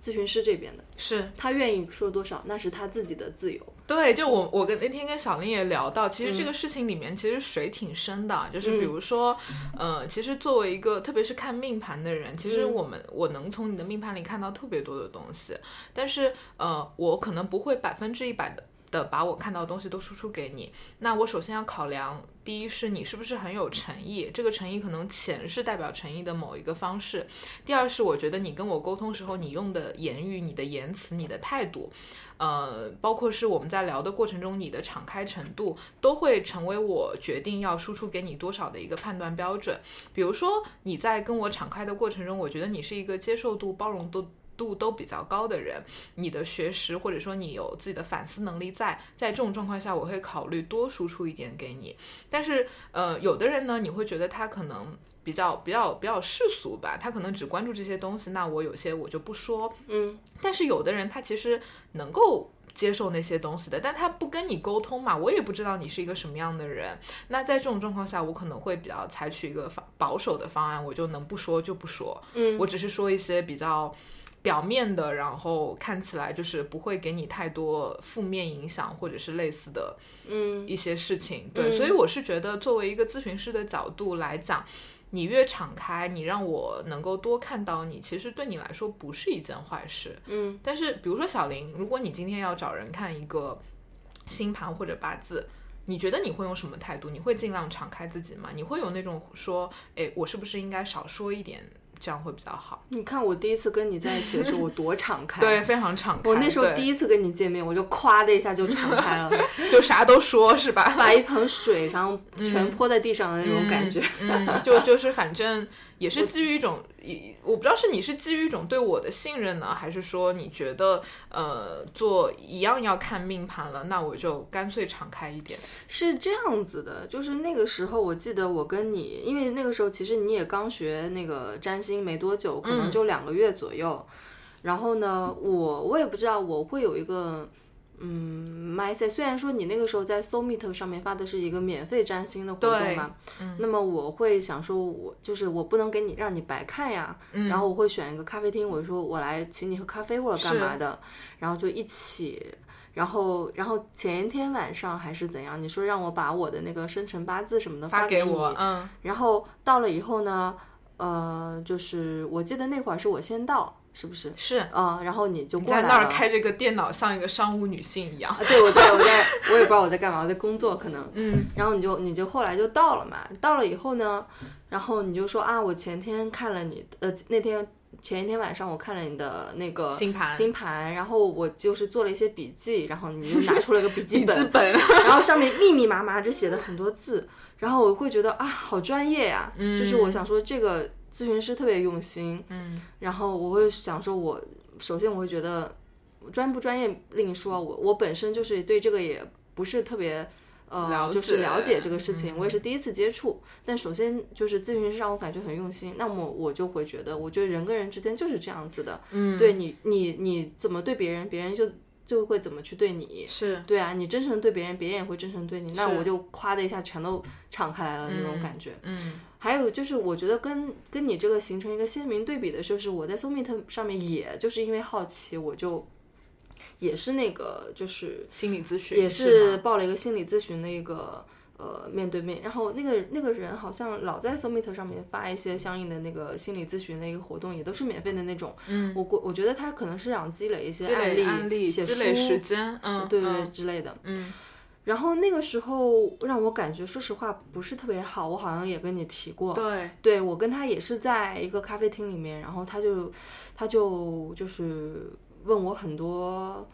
咨询师这边的，是，他愿意说多少，那是他自己的自由。对，就我我跟那天跟小林也聊到，其实这个事情里面其实水挺深的，就是比如说，呃，其实作为一个特别是看命盘的人，其实嗯我们、我能从你的命盘里看到特别多的东西，但是呃，我可能不会百分之一百的。的把我看到的东西都输出给你，那我首先要考量，第一是你是不是很有诚意，这个诚意可能钱是代表诚意的某一个方式；第二是我觉得你跟我沟通时候你用的言语、你的言辞、你的态度，呃，包括是我们在聊的过程中，你的敞开程度都会成为我决定要输出给你多少的一个判断标准。比如说，你在跟我敞开的过程中，我觉得你是一个接受度、包容度。度都比较高的人，你的学识或者说你有自己的反思能力在，在这种状况下，我会考虑多输出一点给你。但是，呃，有的人呢，你会觉得他可能比较比较比较世俗吧，他可能只关注这些东西，那我有些我就不说，嗯但是有的人他其实能够接受那些东西的，但他不跟你沟通嘛，我也不知道你是一个什么样的人。那在这种状况下，我可能会比较采取一个方保守的方案，我就能不说就不说，嗯我只是说一些比较。表面的，然后看起来就是不会给你太多负面影响，或者是类似的嗯一些事情。对，嗯所以我是觉得，作为一个咨询师的角度来讲，你越敞开，你让我能够多看到你，其实对你来说不是一件坏事。嗯但是，比如说小林，如果你今天要找人看一个星盘或者八字，你觉得你会用什么态度？你会尽量敞开自己吗？你会有那种说，哎，我是不是应该少说一点这样会比较好。你看我第一次跟你在一起的时候，我多敞开。对，，非常敞开。我那时候第一一次跟你见面，我就咵的一下就敞开 了，就啥都说，是吧？把一盆水然后全泼在地上的那种感觉。 嗯，就就是反正也是基于一种，一我不知道是你是基于一种对我的信任呢，还是说你觉得呃做一样要看命盘了，那我就干脆敞开一点。是这样子的，就是那个时候，我记得我跟你，因为那个时候其实你也刚学那个占星没多久，可嗯能就两个月左右。然后呢，我我也不知道我会有一个嗯 mindset，虽然说你那个时候在 Soul Meet 上面发的是一个免费占星的活动对嗯嘛，那么我会想说我，就是我不能给你让你白看呀，嗯然后我会选一个咖啡厅，我说我来请你喝咖啡或者干嘛的，然后就一起。然后，然后前一天晚上还是怎样？你说让我把我的那个生辰八字什么的发给你，我，嗯然后到了以后呢，呃，就是我记得那会儿是我先到，是不是？是。啊、然后你就你过来了。在那儿开着个电脑，像一个商务女性一样啊。，对，我在我在，我也不知道我在干嘛，我在工作可能。嗯，然后你就你就后来就到了嘛，到了以后呢，然后你就说啊，我前天看了你呃那天前一天晚上我看了你的那个星盘星盘，然后我就是做了一些笔记，然后你就拿出了一个笔记资本，本，然后上面密密麻麻的写的很多字，然后我会觉得啊，好专业呀、就是我想说这个咨询师特别用心，嗯，然后我会想说我，首先我会觉得专不专业另说，我我本身就是对这个也不是特别。了呃，解嗯就是了解这个事情，我也是第一次接触。但首先就是咨询师让我感觉很用心，那么我就会觉得，我觉得人跟人之间就是这样子的。嗯，对你，你你怎么对别人，别人就就会怎么去对你。是对啊，你真诚对别人，别人也会真诚对你。那是我就夸的一下全都敞开来了那种感觉。嗯，还有就是，我觉得跟跟你这个形成一个鲜明对比的，就是我在 Soulmate 上面，也就是因为好奇，我就也是那个就是心理咨询也是吗报了一个心理咨询的一个呃面对面，然后那个那个人好像老在 Summit 上面发一些相应的那个心理咨询的一个活动，也都是免费的那种。嗯，我我我觉得他可能是想积累一些积累例、案例、写积书、累时间，嗯，对对对嗯之类的。嗯，然后那个时候让我感觉，说实话不是特别好，我好像也跟你提过。对，对我跟他也是在一个咖啡厅里面，然后他就他就就是问我很多，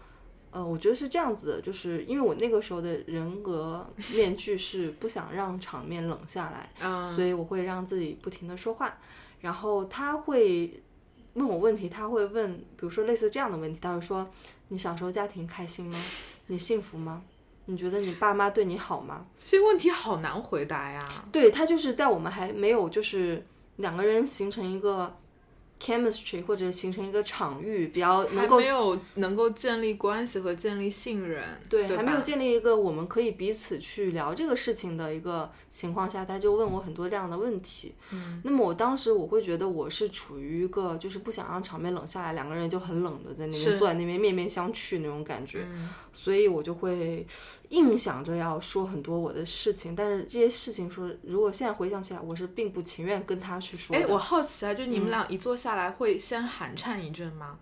呃，我觉得是这样子的，就是因为我那个时候的人格面具是不想让场面冷下来，嗯，所以我会让自己不停的说话，然后他会问我问题，他会问，比如说类似这样的问题，他会说你小时候家庭开心吗？你幸福吗？你觉得你爸妈对你好吗？这些问题好难回答呀。对他就是在我们还没有就是两个人形成一个 chemistry 或者形成一个场域，比较能还够没有能够建立关系和建立信任，对对吧，还没有建立一个我们可以彼此去聊这个事情的一个情况下，他就问我很多这样的问题。嗯，那么我当时我会觉得我是处于一个就是不想让场面冷下来，两个人就很冷的在那边是嗯坐在那边面面相觑那种感觉，所以我就会硬想着要说很多我的事情，但是这些事情说如果现在回想起来，我是并不情愿跟他去说嗯哎，的。我好奇啊，就你们俩一坐下来会先寒颤一阵吗？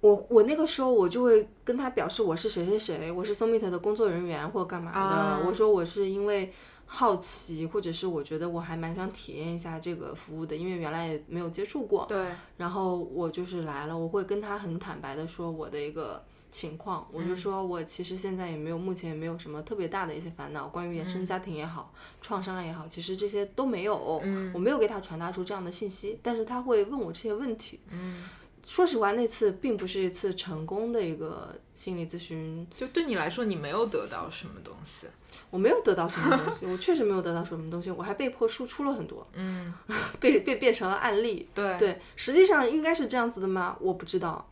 我我那个时候我就会跟他表示我是谁谁谁，我是 Soulmate 的工作人员或干嘛的。啊我说我是因为好奇，或者是我觉得我还蛮想体验一下这个服务的，因为原来也没有接触过。对，然后我就是来了，我会跟他很坦白的说我的一个情况，我就说我其实现在也没有，目前也没有什么特别大的一些烦恼，关于原生家庭也好，创伤也好，其实这些都没有，我没有给他传达出这样的信息，但是他会问我这些问题，说实话，那次并不是一次成功的一个心理咨询，就对你来说，你没有得到什么东西，我没有得到什么东西，我确实没有得到什么东西，我还被迫输出了很多，嗯，被被变成了案例，对对，实际上应该是这样子的吗？我不知道，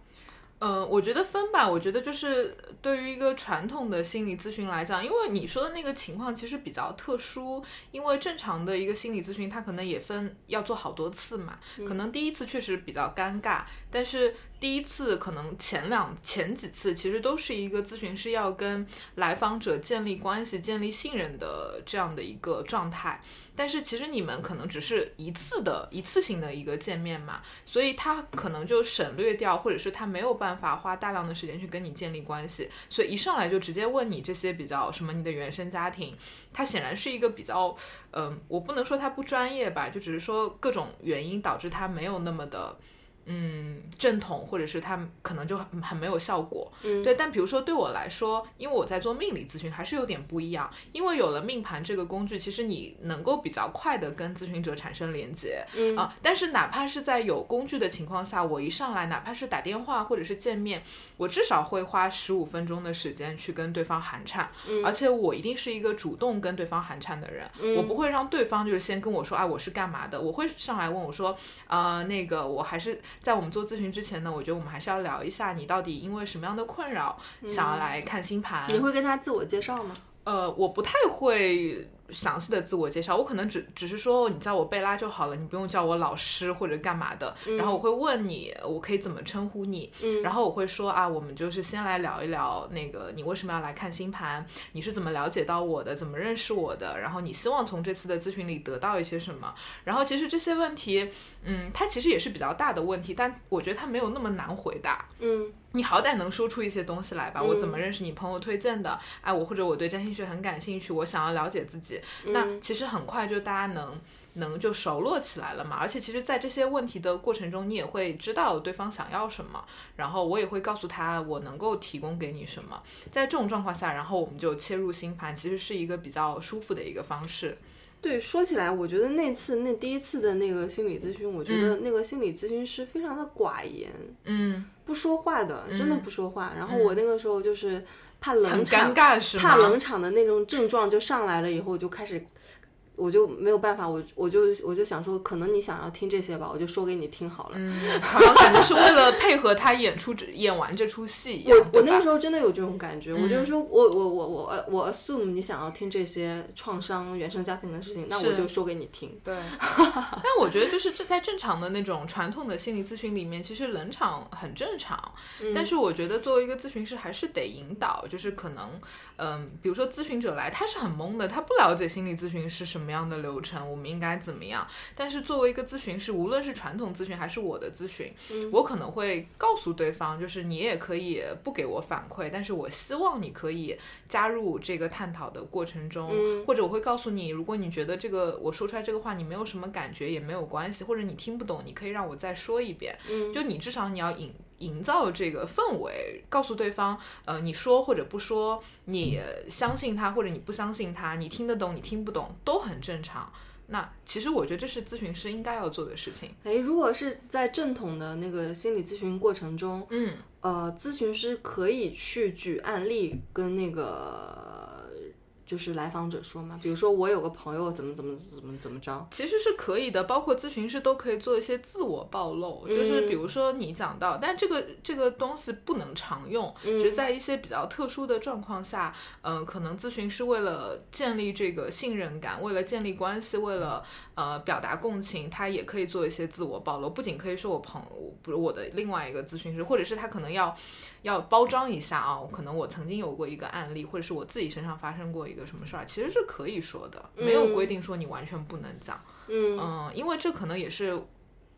嗯，我觉得分吧，我觉得就是对于一个传统的心理咨询来讲，因为你说的那个情况其实比较特殊，因为正常的一个心理咨询，它可能也分要做好多次嘛，可能第一次确实比较尴尬，但是第一次可能前两前几次其实都是一个咨询师要跟来访者建立关系、建立信任的这样的一个状态。但是其实你们可能只是一次的一次性的一个见面嘛，所以他可能就省略掉，或者是他没有办法花大量的时间去跟你建立关系，所以一上来就直接问你这些比较什么你的原生家庭，他显然是一个比较，嗯、我不能说他不专业吧，就只是说各种原因导致他没有那么的。嗯，正统或者是他可能就很很没有效果，嗯对，但比如说对我来说，因为我在做命理咨询，还是有点不一样。因为有了命盘这个工具，其实你能够比较快的跟咨询者产生连接、嗯啊。但是哪怕是在有工具的情况下，我一上来，哪怕是打电话或者是见面，我至少会花十五分钟的时间去跟对方寒颤，而且我一定是一个主动跟对方寒颤的人，我不会让对方就是先跟我说啊我是干嘛的，我会上来问我说，呃，那个我还是在我们做咨询之前呢，我觉得我们还是要聊一下你到底因为什么样的困扰想要来看星盘，你会跟他自我介绍吗？呃，我不太会详细的自我介绍，我可能只只是说你叫我贝拉就好了，你不用叫我老师或者干嘛的。然后我会问你，我可以怎么称呼你？然后我会说啊，我们就是先来聊一聊那个你为什么要来看星盘，你是怎么了解到我的，怎么认识我的，然后你希望从这次的咨询里得到一些什么？然后其实这些问题，嗯，它其实也是比较大的问题，但我觉得它没有那么难回答。嗯你好歹能说出一些东西来吧？我怎么认识你朋友推荐的？哎，我或者我对占星学很感兴趣，我想要了解自己。那嗯其实很快就大家能能就熟络起来了嘛。而且其实，在这些问题的过程中，你也会知道对方想要什么，然后我也会告诉他我能够提供给你什么。在这种状况下，然后我们就切入星盘，其实是一个比较舒服的一个方式。对，说起来，我觉得那次那第一次的那个心理咨询，我觉得那个心理咨询师非常的寡言，嗯，不说话的，真的不说话。然后我那个时候就是怕冷很场尴，尬是吗？怕冷场的那种症状就上来了，以后我就开始。我就没有办法，我我就我就想说，可能你想要听这些吧，我就说给你听好了。嗯，好像感觉是为了配合他演出这演完这出戏一样。 我我对那吧嗯个时候真的有这种感觉，我就是说我我我我我 assume 你想要听这些创伤原生家庭的事情，那我是就说给你听。对，但我觉得就是这在正常的那种传统的心理咨询里面，其实冷场很正常。但是我觉得作为一个咨询师，还是得引导，就是可能，嗯，比如说咨询者来，他是很懵的，他不了解心理咨询是什么样的流程，我们应该怎么样。但是作为一个咨询师，无论是传统咨询还是我的咨询，我可能会告诉对方，就是你也可以不给我反馈，但是我希望你可以加入这个探讨的过程嗯中，或者我会告诉你，如果你觉得这个我说出来这个话你没有什么感觉也没有关系，或者你听不懂，你可以让我再说一遍。嗯就你至少你要引营造这个氛围，告诉对方，呃，你说或者不说，你相信他或者你不相信他，你听得懂你听不懂都很正常。那其实我觉得这是咨询师应该要做的事情。哎，如果是在正统的那个心理咨询过程中，嗯，呃，咨询师可以去举案例跟那个就是来访者说嘛，比如说我有个朋友怎么怎么怎么怎么着，其实是可以的，包括咨询师都可以做一些自我暴露，就是比如说你讲到，但这个这个东西不能常用，嗯只是在一些比较特殊的状况下，嗯、可能咨询师为了建立这个信任感，为了建立关系，为了呃表达共情，他也可以做一些自我暴露，不仅可以说我朋友，不是我的另外一个咨询师，或者是他可能要要包装一下啊，可能我曾经有过一个案例，或者是我自己身上发生过一个什么事儿，其实是可以说的，没有规定说你完全不能讲。嗯嗯，因为这可能也是。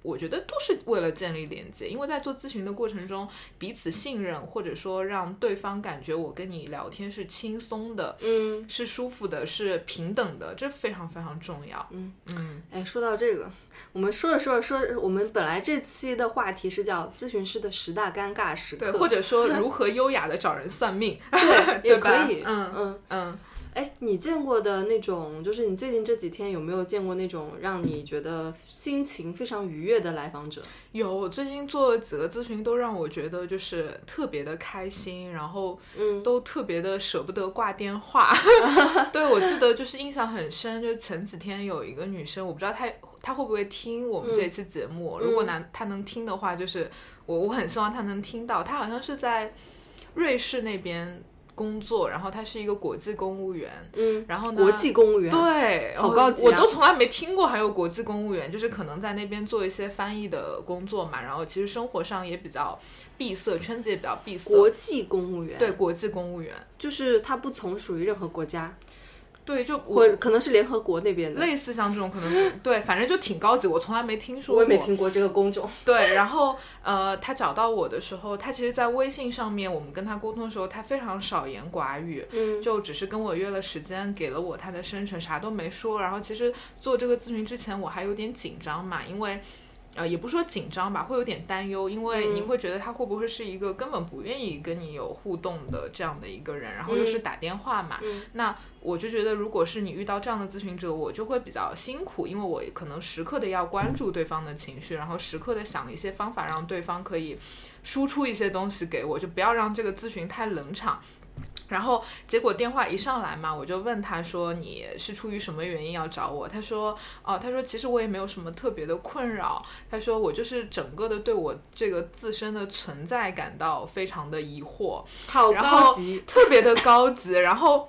我觉得都是为了建立连接，因为在做咨询的过程中，彼此信任，或者说让对方感觉我跟你聊天是轻松的，嗯是舒服的，是平等的，这非常非常重要。嗯嗯，哎，说到这个，我们说着说着说着，我们本来这期的话题是叫咨询师的十大尴尬时刻，对，或者 说如何优雅的找人算命， 对也对吧可以，嗯嗯。嗯，哎，你见过的那种，就是你最近这几天有没有见过那种让你觉得心情非常愉悦的来访者？有，最近做了几个咨询，都让我觉得就是特别的开心，然后嗯都特别的舍不得挂电话。 对，我记得就是印象很深，就是前几天有一个女生，我不知道她她会不会听我们这期节目，嗯如果能她能听的话，就是我我很希望她能听到，她好像是在瑞士那边。工作，然后他是一个国际公务员，嗯，然后呢，国际公务员，对，好我高级啊我都从来没听过还有国际公务员，就是可能在那边做一些翻译的工作嘛，然后其实生活上也比较闭塞，圈子也比较闭塞。国际公务员，对，国际公务员，就是他不从属于任何国家，对，就我或可能是联合国那边的，类似像这种可能对，反正就挺高级，我从来没听说我过。也没听过这个工种。对，然后呃，他找到我的时候，他其实，在微信上面，我们跟他沟通的时候，他非常少言寡语，嗯就只是跟我约了时间，给了我他的生辰，啥都没说。然后其实做这个咨询之前，我还有点紧张嘛，因为。呃，也不说紧张吧，会有点担忧，因为你会觉得他会不会是一个根本不愿意跟你有互动的这样的一个人，然后又是打电话嘛，那我就觉得，如果是你遇到这样的咨询者，我就会比较辛苦，因为我可能时刻的要关注对方的情绪，然后时刻的想一些方法，让对方可以输出一些东西给我，就不要让这个咨询太冷场。然后结果电话一上来嘛，我就问他说你是出于什么原因要找我？他说哦，他说其实我也没有什么特别的困扰，他说我就是整个的对我这个自身的存在感到非常的疑惑， 好然后高级， 特别的高级。然后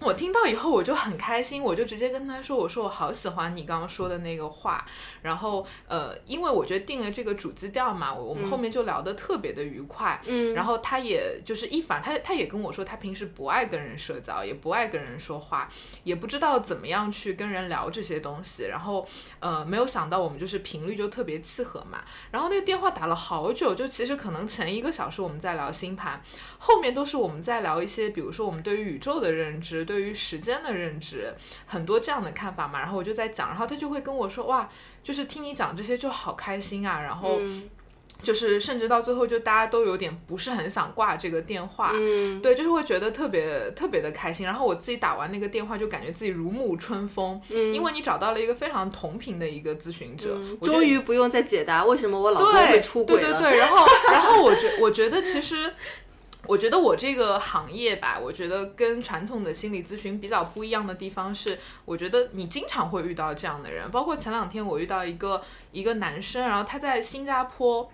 我听到以后我就很开心，我就直接跟他说：“我说我好喜欢你刚刚说的那个话。”然后呃，因为我觉得定了这个主基调嘛，我我们后面就聊得特别的愉快。嗯然后他也就是一反他他也跟我说，他平时不爱跟人社交，也不爱跟人说话，也不知道怎么样去跟人聊这些东西。然后呃，没有想到我们就是频率就特别契合嘛。然后那个电话打了好久，就其实可能前一个小时我们在聊星盘，后面都是我们在聊一些，比如说我们对于宇宙的认知、对于时间的认知，很多这样的看法嘛。然后我就在讲，然后他就会跟我说：“哇，就是听你讲这些就好开心啊。”然后嗯就是甚至到最后，就大家都有点不是很想挂这个电话。嗯，对，就是会觉得特别特别的开心。然后我自己打完那个电话，就感觉自己如沐春风，嗯因为你找到了一个非常同频的一个咨询者，我觉得终于不用再解答为什么我老公对会出轨对了。对对，然后然后我觉我觉得其实。我觉得我这个行业吧，我觉得跟传统的心理咨询比较不一样的地方是，我觉得你经常会遇到这样的人。包括前两天我遇到一个一个男生，然后他在新加坡，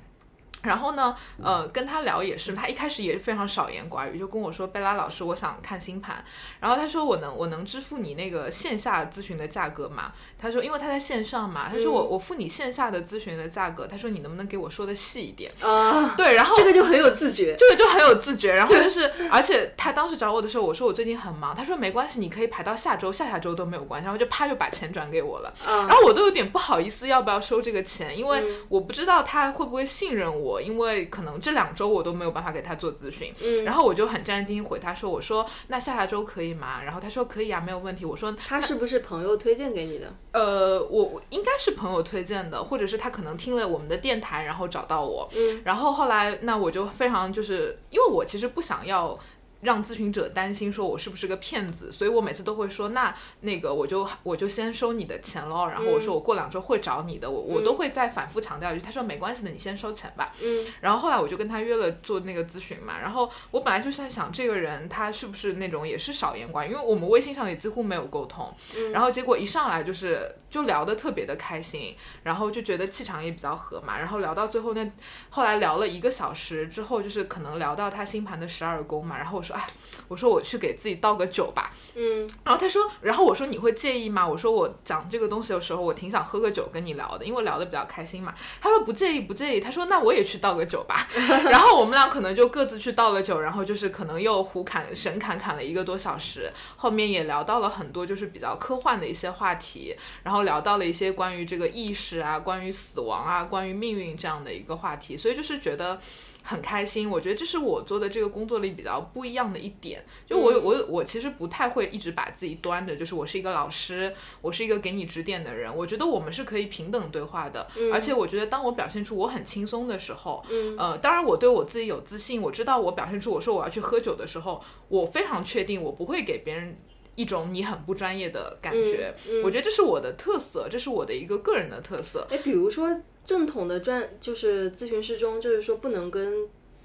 然后呢，呃，跟他聊也是，他一开始也非常少言寡语，就跟我说：“贝拉老师，我想看星盘。”然后他说：“我能我能支付你那个线下咨询的价格吗？”他说：“因为他在线上嘛。”他说我：“我、嗯付你线下的咨询的价格。”他说：“你能不能给我说的细一点啊？”，对，然后这个就很有自觉。这个就很有自觉，然后就是，而且他当时找我的时候，我说我最近很忙，他说没关系，你可以排到下周、下下周都没有关系，然后就啪就把钱转给我了，嗯然后我都有点不好意思要不要收这个钱，因为我不知道他会不会信任我，因为可能这两周我都没有办法给他做咨询，嗯然后我就很战兢回他说，我说那下下周可以吗？然后他说可以啊，没有问题，我说他是不是朋友推荐给你的？呃，我我应该是朋友推荐的，或者是他可能听了我们的电台，然后找到我。嗯，然后后来那我就非常就是因为我其实不想要。让咨询者担心说我是不是个骗子，所以我每次都会说，那那个我就我就先收你的钱喽，然后嗯我说我过两周会找你的，我我都会再反复强调一句，他说没关系的，你先收钱吧。嗯然后后来我就跟他约了做那个咨询嘛，然后我本来就是在想这个人他是不是那种也是少言寡语，因为我们微信上也几乎没有沟通，然后结果一上来就是就聊得特别的开心，然后就觉得气场也比较合嘛，然后聊到最后那后来聊了一个小时之后，就是可能聊到他星盘的十二宫嘛，然后我说哎，我说我去给自己倒个酒吧，嗯，然后他说，然后我说你会介意吗？我说我讲这个东西的时候，我挺想喝个酒跟你聊的，因为聊得比较开心嘛。他说不介意，不介意。他说那我也去倒个酒吧。然后我们俩可能就各自去倒了酒，然后就是可能又胡侃神侃侃了一个多小时，后面也聊到了很多就是比较科幻的一些话题，然后聊到了一些关于这个意识啊、关于死亡啊、关于命运这样的一个话题，所以就是觉得。很开心，我觉得这是我做的这个工作里比较不一样的一点。就我有我有我其实不太会一直把自己端着，就是我是一个老师，我是一个给你指点的人。我觉得我们是可以平等对话的，而且我觉得当我表现出我很轻松的时候，呃，当然我对我自己有自信，我知道我表现出我说我要去喝酒的时候，我非常确定我不会给别人。一种你很不专业的感觉，我觉得这是我的特色，这是我的一个个人的特色。哎，比如说正统的专就是咨询师中，就是说不能跟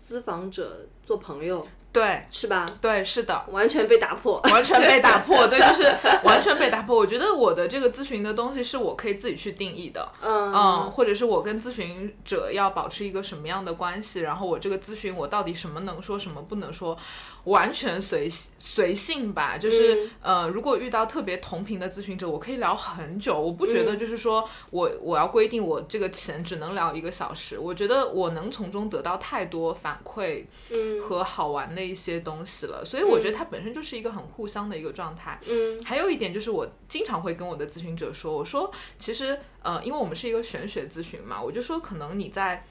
咨访者做朋友，对是吧？对，是的。完全被打破。完全被打破，对，就是完全被打破。我觉得我的这个咨询的东西是我可以自己去定义的，嗯嗯，或者是我跟咨询者要保持一个什么样的关系，然后我这个咨询我到底什么能说，什么不能说，完全随随性吧。就是、嗯呃，如果遇到特别同频的咨询者，我可以聊很久，我不觉嗯得就是说我我要规定我这个钱只能聊一个小时，我觉得我能从中得到太多反馈，嗯和好玩的一些东西了，所以我觉得它本身就是一个很互相的一个状态。嗯还有一点就是，我经常会跟我的咨询者说，我说其实呃，因为我们是一个玄学咨询嘛，我就说可能你在。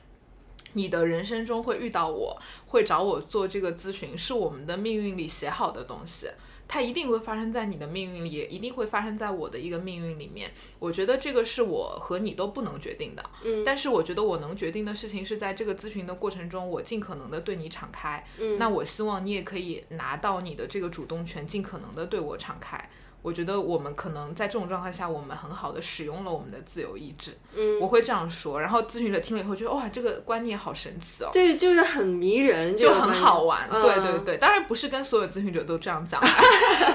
你的人生中会遇到我，会找我做这个咨询，是我们的命运里写好的东西，它一定会发生在你的命运里，也一定会发生在我的一个命运里面。我觉得这个是我和你都不能决定的，嗯但是我觉得我能决定的事情是在这个咨询的过程中，我尽可能的对你敞开，嗯，那我希望你也可以拿到你的这个主动权，尽可能的对我敞开。我觉得我们可能在这种状态下，我们很好的使用了我们的自由意志。嗯我会这样说。然后咨询者听了以后觉得，哇，这个观念好神奇哦。对，就是很迷人，就很好玩，嗯对对对，当然不是跟所有咨询者都这 样讲，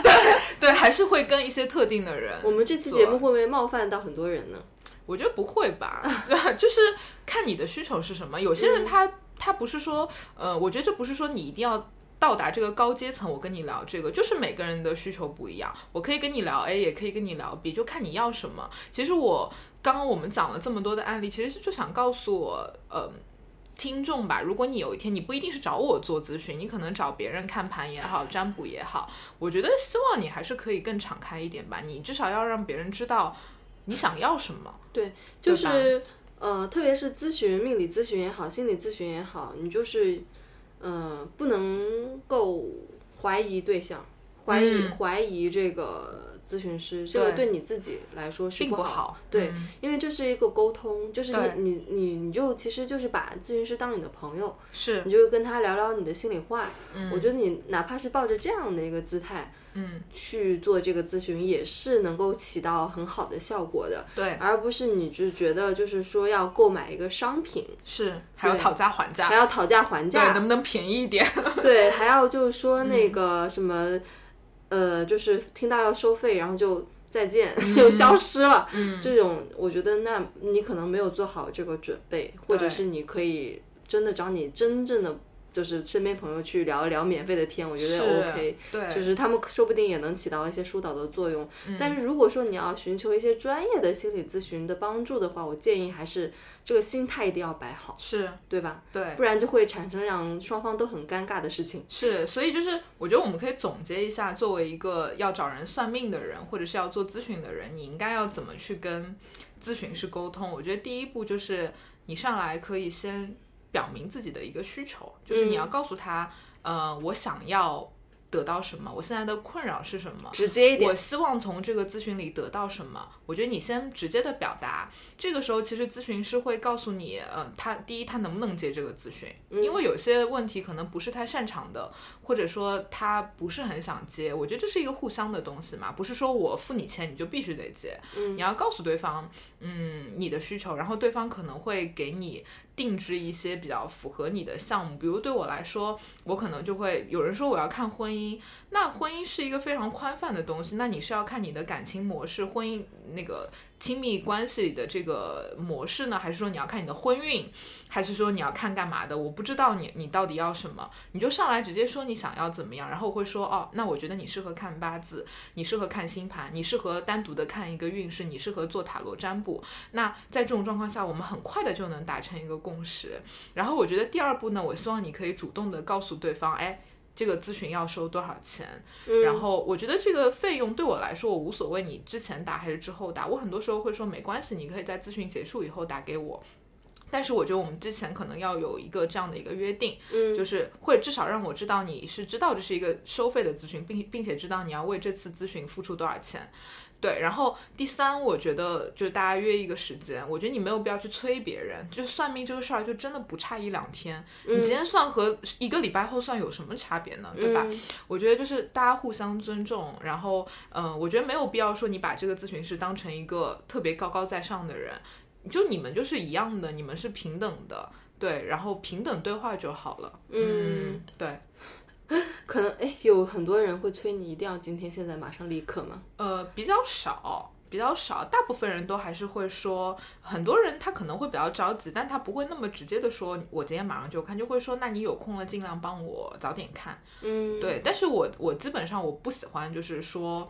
对 对，还是会跟一些特定的人。我们这期节目会不会冒犯到很多人呢？我觉得不会吧， 就是看你的需求是什么。有些人他、他不是说，呃，我觉得这不是说你一定要。到达这个高阶层，我跟你聊这个，就是每个人的需求不一样。我可以跟你聊 A，也可以跟你聊 B，就看你要什么。其实我刚刚我们讲了这么多的案例，其实就想告诉我，嗯、听众吧，如果你有一天你不一定是找我做咨询，你可能找别人看盘也好，占卜也好，我觉得希望你还是可以更敞开一点吧。你至少要让别人知道你想要什么。对，就对吧是呃，特别是咨询、命理咨询也好，心理咨询也好，你就是呃，不能够怀疑对象，怀疑、嗯怀疑这个咨询师，这个对对你自己来说是并不不好对，嗯因为这是一个沟通，就是对你你你你就其实就是把咨询师当你的朋友，是你，就跟他聊聊你的心里话。我觉得你哪怕是抱着这样的一个姿态嗯，去做这个咨询，也是能够起到很好的效果的。对，而不是你就觉得就是说要购买一个商品，是，还要对讨价还价，还要讨价还啊对，能价，不能便宜一点？ 对，还要就是说那个嗯什么，呃，就是听到要收费，然后就再见，嗯 就消失了。这种我觉得，那你可能没有做好这个准备，或者对是你可以真的找你真正的就是身边朋友去聊一聊免费的天，我觉得是 OK。对，就是他们说不定也能起到一些疏导的作用。但是如果说你要寻求一些专业的心理咨询的帮助的话，我建议还是这个心态一定要摆好，是，对吧？对不。然就会产生让双方都很尴尬的事情。是，所以就是我觉得我们可以总结一下，作为一个要找人算命的人，或者是要做咨询的人，你应该要怎么去跟咨询师沟通？我觉得第一步就是你上来可以先表明自己的一个需求，就是你要告诉他，呃，我想要得到什么，我现在的困扰是什么，直接一点哦我希望从这个咨询里得到什么？我觉得你先直接的表达，这个时候其实咨询师会告诉你，嗯、他第一他能不能接这个咨询，嗯因为有些问题可能不是他擅长的，或者说他不是很想接。我觉得这是一个互相的东西嘛，不是说我付你钱你就必须得接，你要告诉对方，嗯，你的需求，然后对方可能会给你定制一些比较符合你的项目。比如对我来说，我可能就会有人说我要看婚姻，那婚姻是一个非常宽泛的东西，那你是要看你的感情模式，婚姻那个亲密关系里的这个模式呢，还是说你要看你的婚运，还是说你要看干嘛的？我不知道你你到底要什么，你就上来直接说你想要怎么样，然后我会说哦，那我觉得你适合看八字，你适合看星盘，你适合单独的看一个运势，你适合做塔罗占卜。那在这种状况下，我们很快的就能达成一个共识。然后我觉得第二步呢，我希望你可以主动的告诉对方，哎。这个咨询要收多少钱？嗯然后我觉得这个费用对我来说我无所谓，你之前打还是之后打。我很多时候会说没关系，你可以在咨询结束以后打给我。但是我觉得我们之前可能要有一个这样的一个约定，嗯就是或者至少让我知道你是知道这是一个收费的咨询，并并且知道你要为这次咨询付出多少钱。对，然后第三，我觉得就是大家约一个时间，我觉得你没有必要去催别人，就算命这个事儿就真的不差一两天，嗯你今天算和一个礼拜后算有什么差别呢？嗯对吧？我觉得就是大家互相尊重，然后嗯、呃我觉得没有必要说你把这个咨询师当成一个特别高高在上的人，就你们就是一样的，你们是平等的，对，然后平等对话就好了。嗯嗯，对，可能哎，有很多人会催你一定要今天、现在、马上、立刻嘛。呃，比较少，比较少，大部分人都还是会说，很多人他可能会比较着急，但他不会那么直接的说，我今天马上就看，就会说，那你有空了尽量帮我早点看。嗯，对，但是我我基本上我不喜欢就是说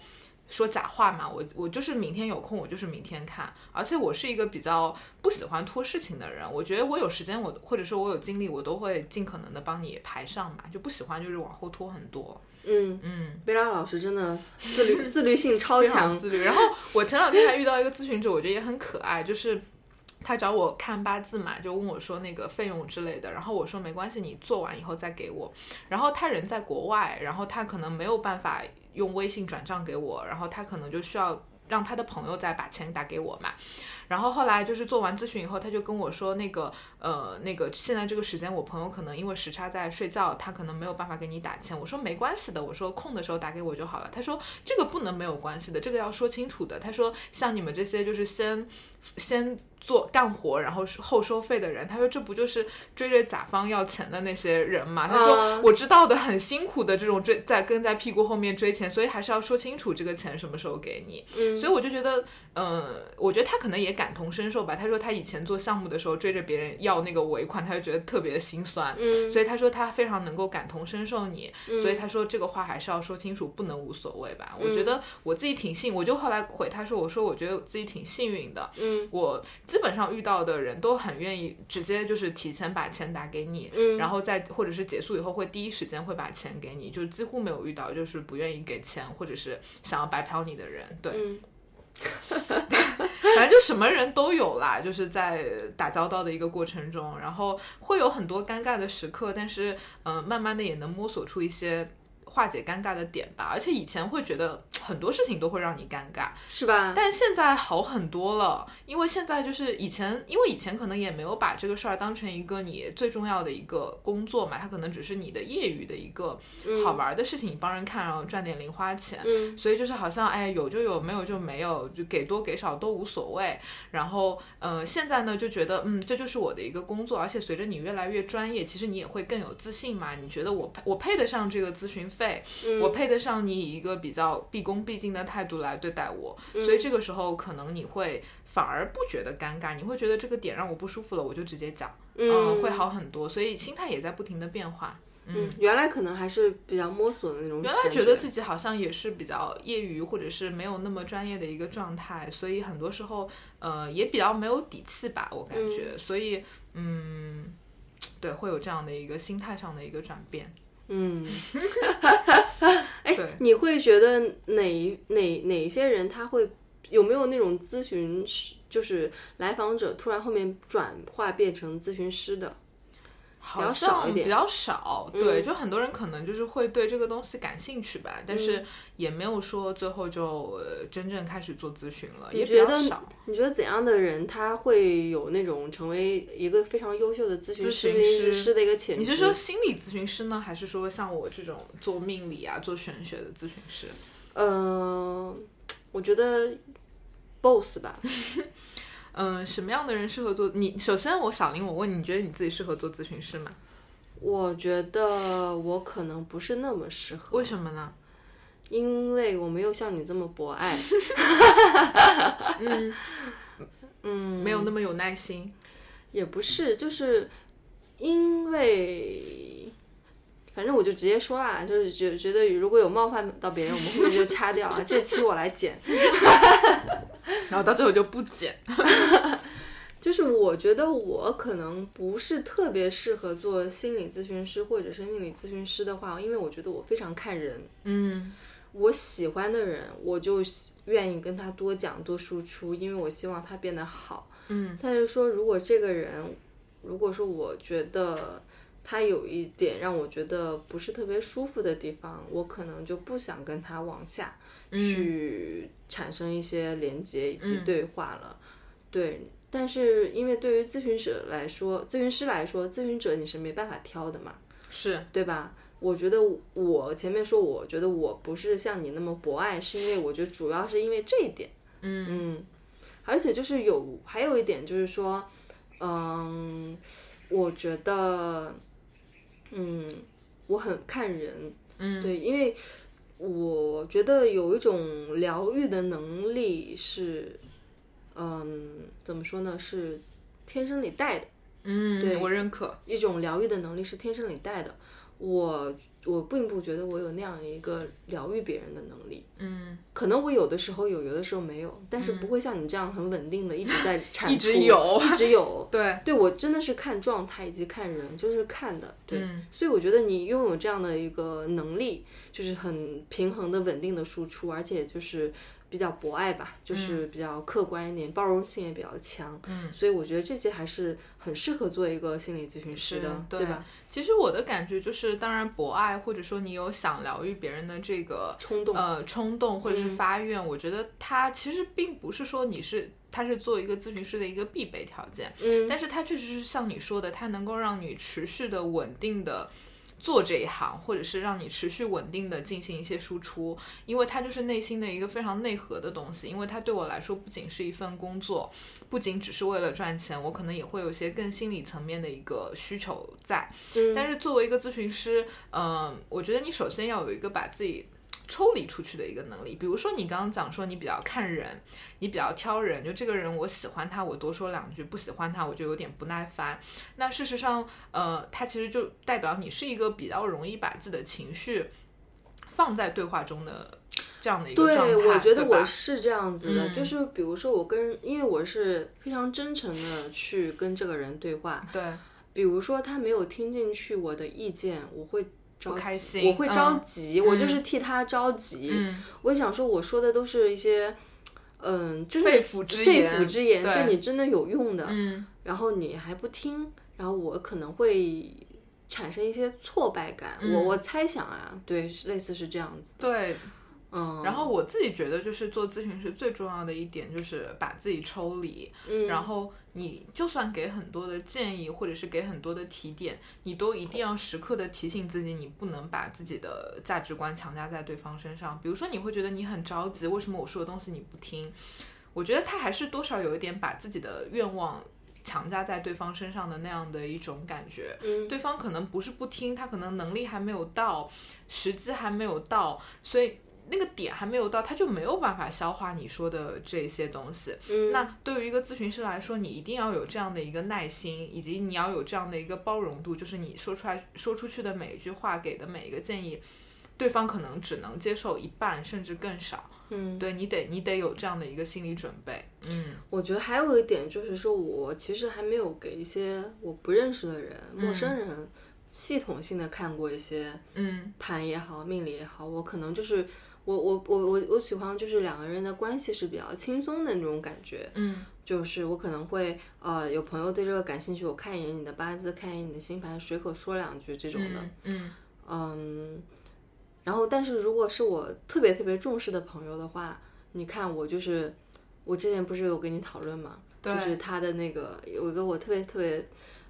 说假话嘛，我我就是明天有空，我就是明天看，而且我是一个比较不喜欢拖事情的人，我觉得我有时间我或者说我有精力，我都会尽可能的帮你排上嘛，就不喜欢就是往后拖很多，嗯，嗯。贝拉老师真 的自律自律性超非常强。自律。然后我前两天还遇到一个咨询者，我觉得也很可爱，就是。他找我看八字嘛，就问我说那个费用之类的，然后我说没关系，你做完以后再给我。然后他人在国外，然后他可能没有办法用微信转账给我，然后他可能就需要让他的朋友再把钱打给我嘛。然后后来就是做完咨询以后，他就跟我说那个呃那个现在这个时间我朋友可能因为时差在睡觉，他可能没有办法给你打钱。我说没关系的，我说空的时候打给我就好了。他说这个不能没有关系的，这个要说清楚的。他说像你们这些就是先先。做干活，然后后收费的人，他说这不就是追着甲方要钱的那些人吗？他啊说我知道的，很辛苦的这种追在跟在屁股后面追钱，所以还是要说清楚这个钱什么时候给你。所嗯以我就觉得，嗯、我觉得他可能也感同身受吧。他说他以前做项目的时候追着别人要那个尾款，他就觉得特别的心酸。嗯所以他说他非常能够感同身受你，所以他说这个话还是要说清楚，不能无所谓吧。嗯我觉得我自己挺幸，我就后来回他说，我说我觉得我自己挺幸运的，嗯，我基本上遇到的人都很愿意直接就是提前把钱打给你，嗯然后再或者是结束以后会第一时间会把钱给你，就几乎没有遇到就是不愿意给钱或者是想要白嫖你的人，对，嗯反正就什么人都有啦，就是在打交道的一个过程中，然后会有很多尴尬的时刻，但是嗯、呃慢慢的也能摸索出一些。化解尴尬的点吧，而且以前会觉得很多事情都会让你尴尬，是吧？但现在好很多了，因为现在就是以前，因为以前可能也没有把这个事儿当成一个你最重要的一个工作嘛，它可能只是你的业余的一个好玩的事情，你帮人看，然后赚点零花钱。嗯所以就是好像哎，有就有，没有就没有，就给多给少都无所谓。然后，呃，现在呢就觉得，嗯，这就是我的一个工作，而且随着你越来越专业，其实你也会更有自信嘛。你觉得我配我配得上这个咨询费，我配得上你以一个比较毕恭毕敬的态度来对待我，所以这个时候可能你会反而不觉得尴尬，你会觉得这个点让我不舒服了，我就直接讲，嗯，会好很多。所以心态也在不停的变化。嗯，原来可能还是比较摸索的那种原感。来觉觉得自己好像也是比较业余，或者是没有那么专业的一个状态，所以很多时候，呃，也比较没有底气吧，我感觉，所以，嗯，对，会有这样的一个心态上的一个转变。 嗯，对哎，你会觉得哪一哪哪一些人他会有没有那种咨询师，就是来访者突然后面转化变成咨询师的？好较少一像点嗯比较少，对，就很多人可能就是会对这个东西感兴趣吧，嗯但是也没有说最后就呃真正开始做咨询了，也比觉较得少。你觉得怎样的人他会有那种成为一个非常优秀的咨询师咨询师师的一个潜质？你是说心理咨询师呢，还是说像我这种做命理啊、做玄学的咨询师？呃，我觉得 boss 吧，嗯，什么样的人适合做？你首先，我小林，我问你，你觉得你自己适合做咨询师吗？我觉得我可能不是那么适合。为什么呢？因为我没有像你这么博爱，嗯 没有那么有耐 心。也不是，就是因为，反正我就直接说啦，就是觉觉得如果有冒犯到别人，我们后面就掐掉啊，这期我来剪。然后到最后就不剪。就是我觉得我可能不是特别适合做心理咨询师或者是命理咨询师的话，因为我觉得我非常看人，嗯我喜欢的人，我就愿意跟他多讲多输出，因为我希望他变得好。嗯，但是说如果这个人，如果说我觉得他有一点让我觉得不是特别舒服的地方，我可能就不想跟他往下去产生一些连接以及对话了。对，但是因为对于咨询者来说，咨询师来说，咨询者你是没办法挑的嘛。是，对吧？我觉得我前面说，我觉得我不是像你那么博爱，是因为我觉得主要是因为这一点。嗯而且就是有还有一点就是说，嗯，我觉得，嗯，我很看人。嗯，对，因为我觉得有一种疗愈的能力是，嗯，怎么说呢？是天生里带的，嗯，对我认可，一种疗愈的能力是天生里带的。我我并不觉得我有那样一个疗愈别人的能力，嗯，可能我有的时候有，有的时候没有，但是不会像你这样很稳定的一直在产出，一直有一直有。对，对我真的是看状态以及看人，就是看的，对，嗯所以我觉得你拥有这样的一个能力，就是很平衡的、稳定的输出，而且就是比较博爱吧，就是比较客观一点，包容性也比较强，嗯，所以我觉得这些还是很适合做一个心理咨询师是的，对对吧？其实我的感觉就是，当然博爱或者说你有想疗愈别人的这个冲动，嗯呃冲动或者是发愿，我觉得它其实并不是说你是它是做一个咨询师的一个必备条件，嗯，但是它确实是像你说的，它能够让你持续的稳定的。做这一行，或者是让你持续稳定的进行一些输出，因为它就是内心的一个非常内核的东西。因为它对我来说，不仅是一份工作，不仅只是为了赚钱，我可能也会有一些更心理层面的一个需求在。嗯但是作为一个咨询师，嗯、我觉得你首先要有一个把自己抽离出去的一个能力。比如说你刚刚讲说你比较看人，你比较挑人，就这个人我喜欢他，我多说两句；不喜欢他，我就有点不耐烦。那事实上，呃，他其实就代表你是一个比较容易把自己的情绪放在对话中的这样的一个状态。对，我觉得对我吧是这样子的，嗯就是比如说我跟，因为我是非常真诚的去跟这个人对话，对，比如说他没有听进去我的意见，我会着不开急心我会着嗯急，我就是替他着急。嗯我想说，我说的都是一些，嗯，就是肺腑之肺言腑之言，对对你真的有用的。嗯然后你还不听，然后我可能会产生一些挫败感。我嗯我猜想啊，对，是类似是这样子的。对，嗯，然后我自己觉得，就是做咨询师最重要的一点就是把自己抽离，嗯然后你就算给很多的建议或者是给很多的提点，你都一定要时刻的提醒自己，你不能把自己的价值观强加在对方身上。比如说，你会觉得你很着急，为什么我说的东西你不听？我觉得他还是多少有一点把自己的愿望强加在对方身上的那样的一种感觉。嗯对方可能不是不听，他可能能力还没有到，时机还没有到，所以那个点还没有到，他就没有办法消化你说的这些东西。嗯那对于一个咨询师来说，你一定要有这样的一个耐心，以及你要有这样的一个包容度，就是你说出来说出去的每一句话，给的每一个建议。对方可能只能接受一半，甚至更少。嗯，对你得，你得有这样的一个心理准备。嗯我觉得还有一点就是说，我其实还没有给一些我不认识的人、陌生人系统性的看过一些嗯盘也好、命理也好，我可能就是我我我我我喜欢就是两个人的关系是比较轻松的那种感觉，嗯就是我可能会呃有朋友对这个感兴趣，我看一眼你的八字，看一眼你的星盘，随口说两句这种的，嗯嗯嗯，然后但是如果是我特别特别重视的朋友的话，你看我就是我之前不是有跟你讨论嘛，对就是他的那个有一个我特别特别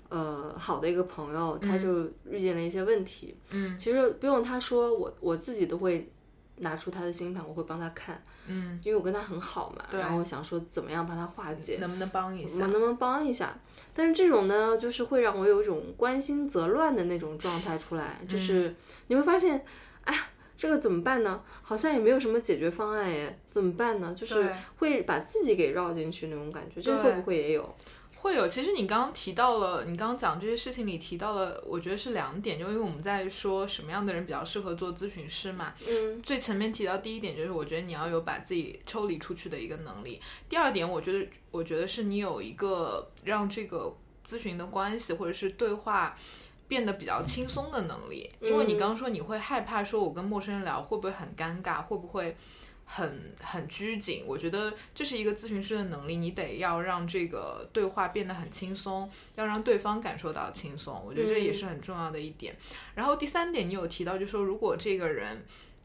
呃好的一个朋友，他就遇见了一些问题，嗯其实不用他说，我我自己都会拿出他的星盘，我会帮他看，嗯，因为我跟他很好嘛，对然后我想说怎么样帮他化解，能不能帮一我下能？不能帮一下？但是这种呢，就是会让我有一种关心则乱的那种状态出来，嗯就是你会发现，哎，这个怎么办呢？好像也没有什么解决方案耶，怎么办呢？就是对会把自己给绕进去那种感觉，这对会不会也有？会有，其实你刚刚提到了，你刚刚讲这些事情里提到了，我觉得是两点，就因为我们在说什么样的人比较适合做咨询师嘛。嗯最前面提到第一点就是，我觉得你要有把自己抽离出去的一个能力。第二点，我觉得我觉得是你有一个让这个咨询的关系或者是对话。变得比较轻松的能力，因为你嗯刚刚说你会害怕，说我跟陌生人聊会不会很尴尬，会不会很很拘谨。我觉得这是一个咨询师的能力，你得要让这个对话变得很轻松，要让对方感受到轻松。我觉得这也是很重要的一点。然后第三点，你有提到，就是说如果这个人。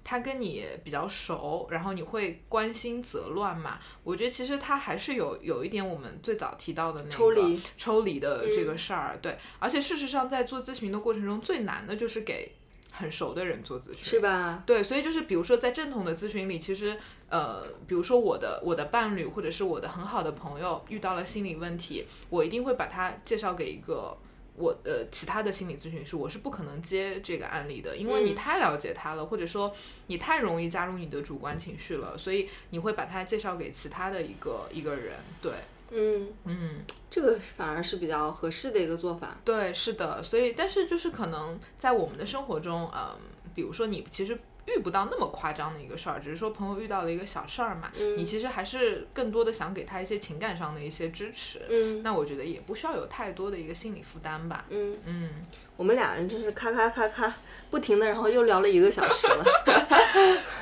他跟你比较熟，然后你会关心则乱嘛？我觉得其实他还是有有一点我们最早提到的那个抽离嗯抽离的这个事儿，对。而且事实上，在做咨询的过程中，最难的就是给很熟的人做咨询，是吧？对，所以就是比如说在正统的咨询里，其实呃，比如说我的我的伴侣或者是我的很好的朋友遇到了心理问题，我一定会把他介绍给一个我呃其他的心理咨询师，我是不可能接这个案例的，因为你嗯太了解他了，或者说你太容易加入你的主观情绪了，所以你会把他介绍给其他的一个一个人。对，嗯，嗯。这个反而是比较合适的一个做法。对，是的，所以但是就是可能在我们的生活中，嗯，比如说你其实遇不到那么夸张的一个事儿，只是说朋友遇到了一个小事儿嘛，嗯你其实还是更多的想给他一些情感上的一些支持。嗯那我觉得也不需要有太多的一个心理负担吧。嗯，嗯，我们俩人真是咔咔咔咔不停的，然后又聊了一个小 时了。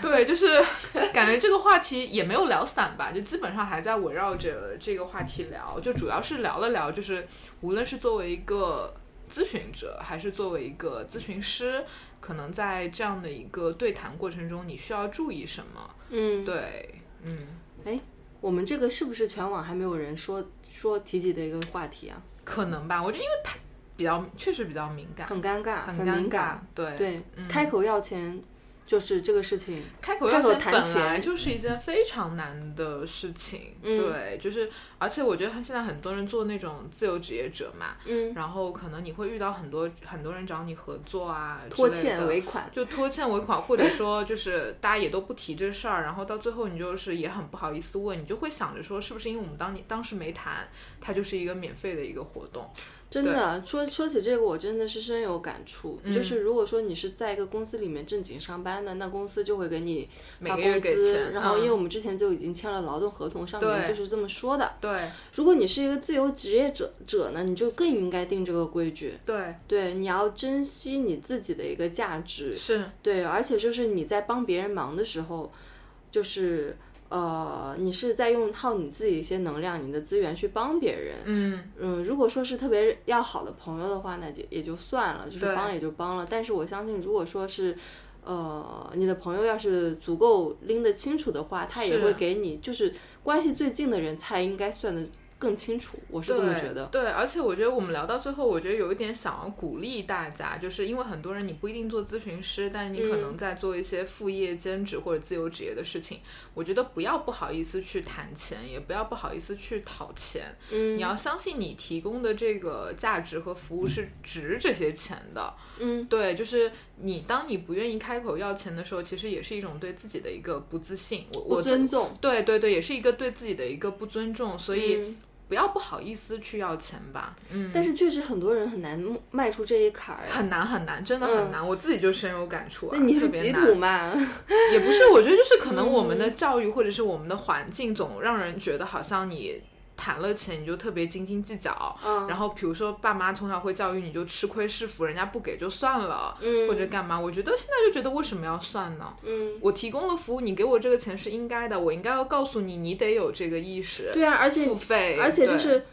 对，就是 感觉这个话题也没有聊散吧，就基本上还在围绕着这个话题聊，就主要是聊了聊，就是无论是作为一个咨询者，还是作为一个咨询师，可能在这样的一个对谈过程中，你需要注意什么？嗯，对，嗯，我们这个是不是全网还没有人说说提及的一个话题啊？可能吧，我觉得因为他比较确实比较敏感，很尴尬，很很尴敏尬感。，对对，嗯开口要钱就是这个事情。开口开要口钱谈本来钱就是一件非常难的事情，嗯对，就是而且我觉得现在很多人做那种自由职业者嘛，嗯，然后可能你会遇到很多很多人找你合作啊，拖之类的欠尾款。就拖欠尾款，或者说就是大家也都不提这事儿，然后到最后你就是也很不好意思问，你就会想着说是不是因为我们当你当时没谈，它就是一个免费的一个活动，真的说说起这个，我真的是深有感触。嗯就是如果说你是在一个公司里面正经上班的，那公司就会给你每发个工月给资。钱，然后，嗯因为我们之前就已经签了劳动合同，上面对就是这么说的。对如果你是一个自由职业者者呢，你就更应该定这个规矩。对对，你要珍惜你自己的一个价值。是，对，而且就是你在帮别人忙的时候，就是呃，你是在用耗你自己一些能量、你的资源去帮别人。嗯嗯，如果说是特别要好的朋友的话，那就也就算了，就是对帮也就帮了。但是我相信，如果说是，呃，你的朋友要是足够拎得清楚的话，他也是会给你，就是关系最近的人才应该算得更清楚。我是这么对觉得。对，而且我觉得我们聊到最后，我觉得有一点想要鼓励大家，就是因为很多人你不一定做咨询师，但是你可嗯能在做一些副业、兼职或者自由职业的事情。我觉得不要不好意思去谈钱，也不要不好意思去讨钱。嗯你要相信你提供的这个价值和服务是值这些钱的。嗯对，就是你当你不愿意开口要钱的时候，其实也是一种对自己的一个不自信。我嗯不我尊重。对对对，也是一个对自己的一个不尊重，所以。嗯，不要不好意思去要钱吧，嗯，但是确实很多人很难迈出这一坎 儿。很难很难，真的很难，我自己就深有感触、啊。嗯那你是特别极难土啊嘛？ 也不是，我觉得就是可能我们嗯的教育或者是我们的环境，总让人觉得好像你谈了钱你就特别斤斤计较。嗯然后比如说爸妈从小会教育你就吃亏是福，人家不给就算了，嗯或者干嘛？我觉得现在就觉得为什么要算呢？嗯，我提供了服务，你给我这个钱是应该的，我应该要告诉你，你得有这个意识，对啊，而且付费，而且就对是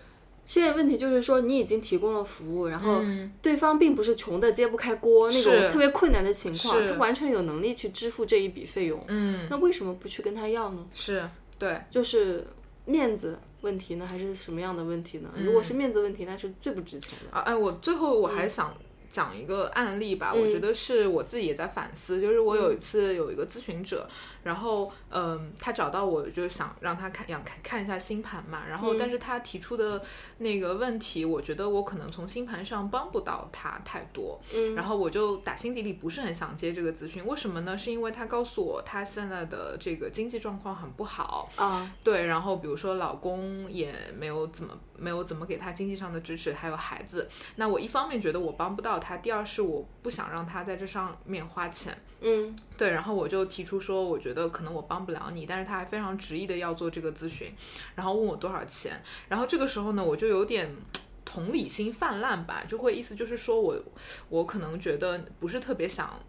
现在问题就是说，你已经提供了服务，然后对方并不是穷的揭不开锅那种嗯是特别困难的情况，是他完全有能力去支付这一笔费用，嗯，那为什么不去跟他要呢？是对。就是面子问题呢，还是什么样的问题呢？如嗯果是面子问题，那是最不值钱的。啊，哎，我最后我嗯还想讲一个案例吧，我觉得是我自己也在反思，就是我嗯有一次有一个咨询者，然后嗯，他找到我就想让他看想看看一下星盘嘛，然后但嗯是他提出的那个问题，我觉得我可能从星盘上帮不到他太多，嗯然后我就打心底里不是很想接这个咨询，为什么呢？是因为他告诉我他现在的这个经济状况很不好，啊，对，然后比如说老公也没有怎么没有怎么给他经济上的支持，还有孩子。那我一方面觉得我帮不到他，第二是我不想让他在这上面花钱。嗯对，然后我就提出说，我觉得可能我帮不了你，但是他还非常执意的要做这个咨询，然后问我多少钱。然后这个时候呢，我就有点。同理心泛滥吧，就会意思就是说我，我可能觉得不是特别想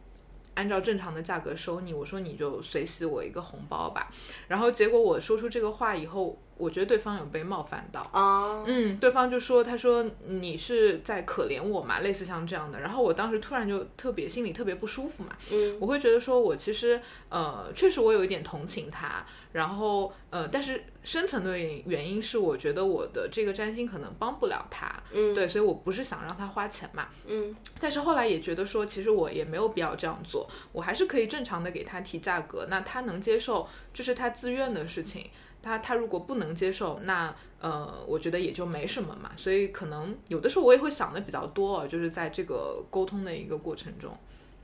按照正常的价格收你，我说你就随喜我一个红包吧。然后结果我说出这个话以后，我觉得对方有被冒犯到，啊，嗯，对方就说，他说你是在可怜我嘛，类似像这样的。然后我当时突然就特别心里特别不舒服嘛，嗯我会觉得说我其实呃，确实我有一点同情他，然后呃，但是深层的原原因是我觉得我的这个占星可能帮不了他，嗯对，所以我不是想让他花钱嘛，嗯但是后来也觉得说，其实我也没有必要这样做，我还是可以正常的给他提价格，那他能接受，这是他自愿的事情。他他如果不能接受，那呃，我觉得也就没什么嘛。所以可能有的时候我也会想的比较多啊，就是在这个沟通的一个过程中。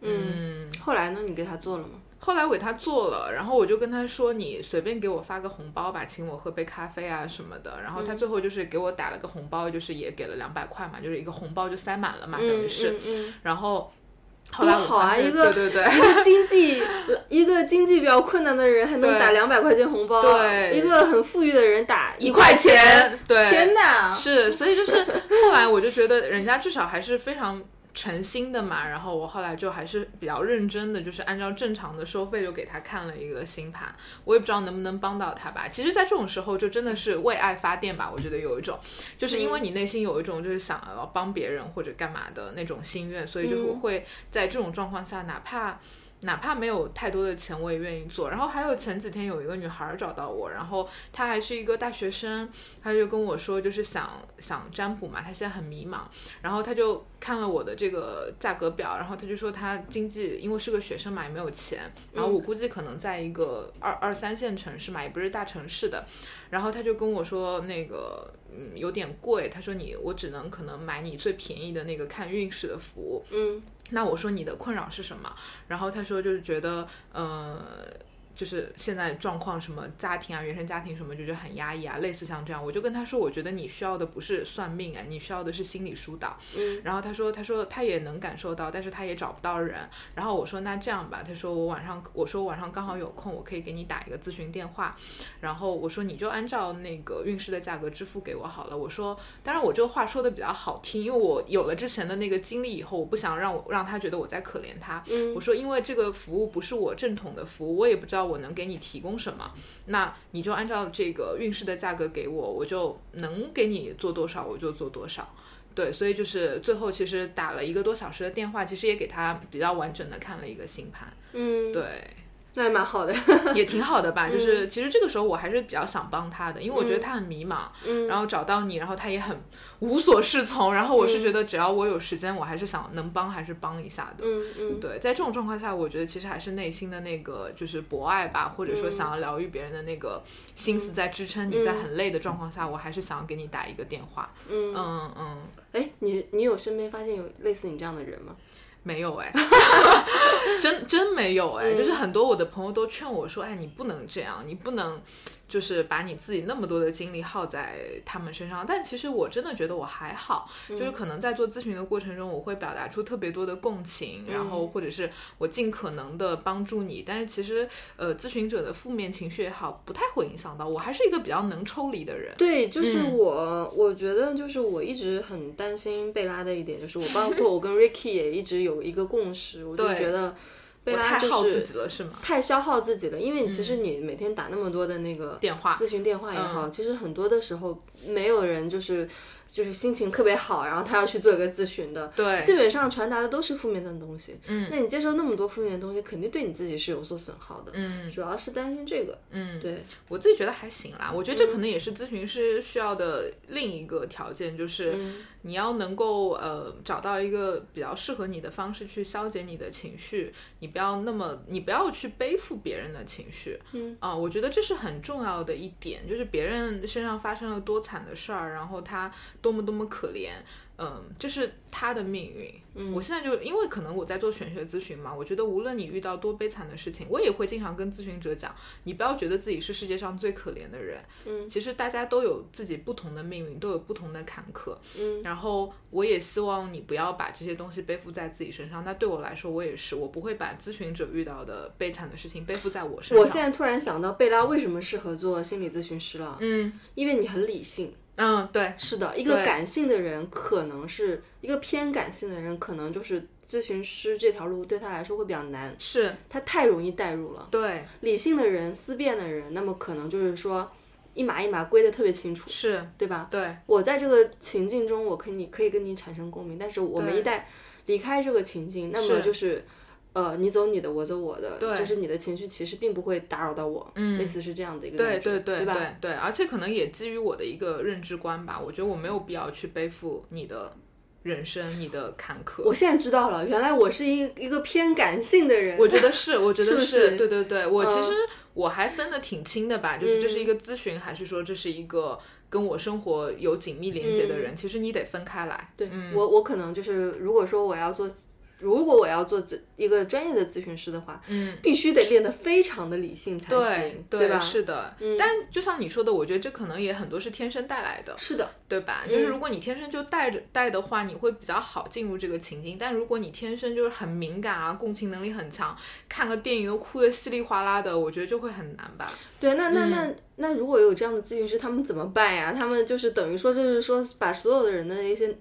嗯，后来呢？你给他做了吗？后来我给他做了，然后我就跟他说：“你随便给我发个红包吧，请我喝杯咖啡啊什么的。”然后他嗯最后就是给我打了个红包，就是也给了两百块嘛，就是一个红包就塞满了嘛，等于是。嗯嗯然后后多来我好啊！发现一个对对对， 一个经济一个经济比较困难的人还能对打两百块钱红包，对一个很富裕的人打一块钱，钱对天哪！是，所以就是后来我就觉得人家至少还是非常诚心的嘛，然后我后来就还是比较认真的，就是按照正常的收费就给他看了一个星盘，我也不知道能不能帮到他吧。其实，在这种时候就真的是为爱发电吧，我觉得有一种，就是嗯因为你内心有一种就是想要帮别人或者干嘛的那种心愿，所以就嗯会在这种状况下，哪怕。哪怕没有太多的钱，我也愿意做。然后还有前几天有一个女孩儿找到我，然后她还是一个大学生，她就跟我说，就是想想占卜嘛，她现在很迷茫。然后她就看了我的这个价格表，然后她就说她经济因为是个学生嘛，也没有钱。然后我估计可能在一个二二三线城市嘛，也不是大城市的。然后她就跟我说那个嗯有点贵，她说你我只能可能买你最便宜的那个看运势的服务。嗯，那我说你的困扰是什么？然后他说就是觉得，呃，就是现在状况什么家庭啊、原生家庭什么，就觉得很压抑啊，类似像这样。我就跟他说，我觉得你需要的不是算命啊，你需要的是心理疏导。嗯，然后他说，他说他也能感受到，但是他也找不到人。然后我说那这样吧，他说我晚上，我说我晚上刚好有空，我可以给你打一个咨询电话。然后我说你就按照那个运势的价格支付给我好了。我说，当然我这个话说的比较好听，因为我有了之前的那个经历以后，我不想让我让他觉得我在可怜他。嗯我说因为这个服务不是我正统的服务，我也不知道我能给你提供什么，那你就按照这个运势的价格给我，我就能给你做多少我就做多少。对，所以就是最后其实打了一个多小时的电话，其实也给他比较完整的看了一个星盘。嗯，对。那也蛮好 的。也挺好的吧，就是其实这个时候我还是比较想帮他的，因为我觉得他很迷茫，然后找到你，然后他也很无所适从，然后我是觉得只要我有时间，我还是想能帮还是帮一下的。嗯嗯，对，在这种状况下，我觉得其实还是内心的那个就是博爱吧，或者说想要疗愈别人的那个心思在支撑你，在很累的状况下，我还是想要给你打一个电话。嗯嗯嗯，哎，你你有身边发现有类似你这样的人吗？没 有哎、真真没有嗯哎、就是很多我的朋友都劝我说，哎，你不能这样，你不能就是把你自己那么多的精力耗在他们身上。但其实我真的觉得我还好，嗯就是可能在做咨询的过程中，我会表达出特别多的共情，嗯然后或者是我尽可能的帮助你。但是其实呃，咨询者的负面情绪也好，不太会影响到我，还是一个比较能抽离的人。对，就是嗯我，我觉得就是我一直很担心贝拉的一点，就是我包括我跟 Ricky 也一直有一个共识，我就对觉得贝我拉太就耗自是己了，是吗？太消耗自己了，因为你其实你每天打那么多的那个电话咨询电话也嗯好，其实很多的时候没有人就是就是心情特别好，然后他要去做一个咨询的，对基本上传达的都是负面的东西。嗯，那你接收那么多负面的东西，肯定对你自己是有所损耗的。嗯主要是担心这个。嗯，对，我自己觉得还行啦，我觉得这可能也是咨询师需要的另一个条件，就是你要能够呃找到一个比较适合你的方式去消解你的情绪，你不要那么你不要去背负别人的情绪，嗯啊、我觉得这是很重要的一点，就是别人身上发生了多惨的事儿，然后他多么多么可怜，嗯，这是他的命运。嗯，我现在就因为可能我在做玄学咨询嘛，我觉得无论你遇到多悲惨的事情，我也会经常跟咨询者讲，你不要觉得自己是世界上最可怜的人。嗯，其实大家都有自己不同的命运，都有不同的坎坷。嗯，然后我也希望你不要把这些东西背负在自己身上。那对我来说，我也是，我不会把咨询者遇到的悲惨的事情背负在我身上。我现在突然想到贝拉为什么适合做心理咨询师了，嗯因为你很理性。嗯对是的，一个对感性的人，可能是一个偏感性的人，可能就是咨询师这条路对他来说会比较难，是，他太容易代入了。对理性的人、思辨的人，那么可能就是说一码一码归得特别清楚，是，对吧？对我在这个情境中，我可以你可以跟你产生共鸣，但是我们对一旦离开这个情境，那么是就是。呃，你走你的，我走我的，对就是你的情绪其实并不会打扰到我，类似是这样的一个对感觉，对对吧？对对，而且可能也基于我的一个认知观吧，我觉得我没有必要去背负你的人生、你的坎坷。我现在知道了，原来我是一一个偏感性的人。我觉得是，我觉是得不是对对对，我嗯其实我还分得挺清的吧，就是这是一个咨询，还是说这是一个跟我生活有紧密连接的人？其实你得分开来。嗯对、嗯我，我可能就是，如果说我要做，如果我要做咨一个专业的咨询师的话，嗯，必须得练得非常的理性才对行，对吧？嗯是的，但就像你说的，我觉得这可能也很多是天生带来的，是的，对吧？就是如果你天生就带着带的话，你会比较好进入这个情境；但如果你天生就是很敏感啊，共情能力很强，看个电影都哭得稀里哗啦的，我觉得就会很难吧。对，那那那那如果有这样的咨询师，他们怎么办呀？他们就是等于说，就是说把所有的人的一些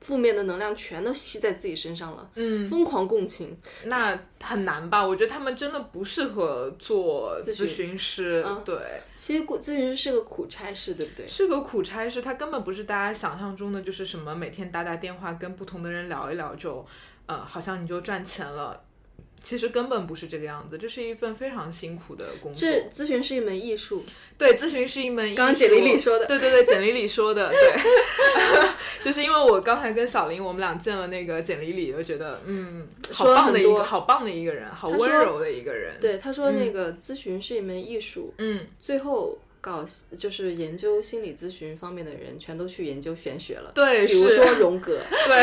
负面的能量全都吸在自己身上了，嗯，疯狂共情，那很难吧？我觉得他们真的不适合做询咨询师，对，其实顾咨询师是个苦差事，对不对？是个苦差事，他根本不是大家想象中的，就是什么每天打打电话跟不同的人聊一聊就，呃，好像你就赚钱了。其实根本不是这个样子，这是一份非常辛苦的工作。这咨询是一门艺术，对，咨询是一门艺术。刚刚简历里说的对对对，简历里说的，对， 就是因为我刚才跟小林我们俩见了那个简历里，就觉得嗯，好说了棒很的一多个，好棒的一个人，好他温说柔的一个人。，对，他说那个咨询是一门艺术，嗯，最后搞就是研究心理咨询方面的人，全都去研究玄学了，对，比如是说荣格，对，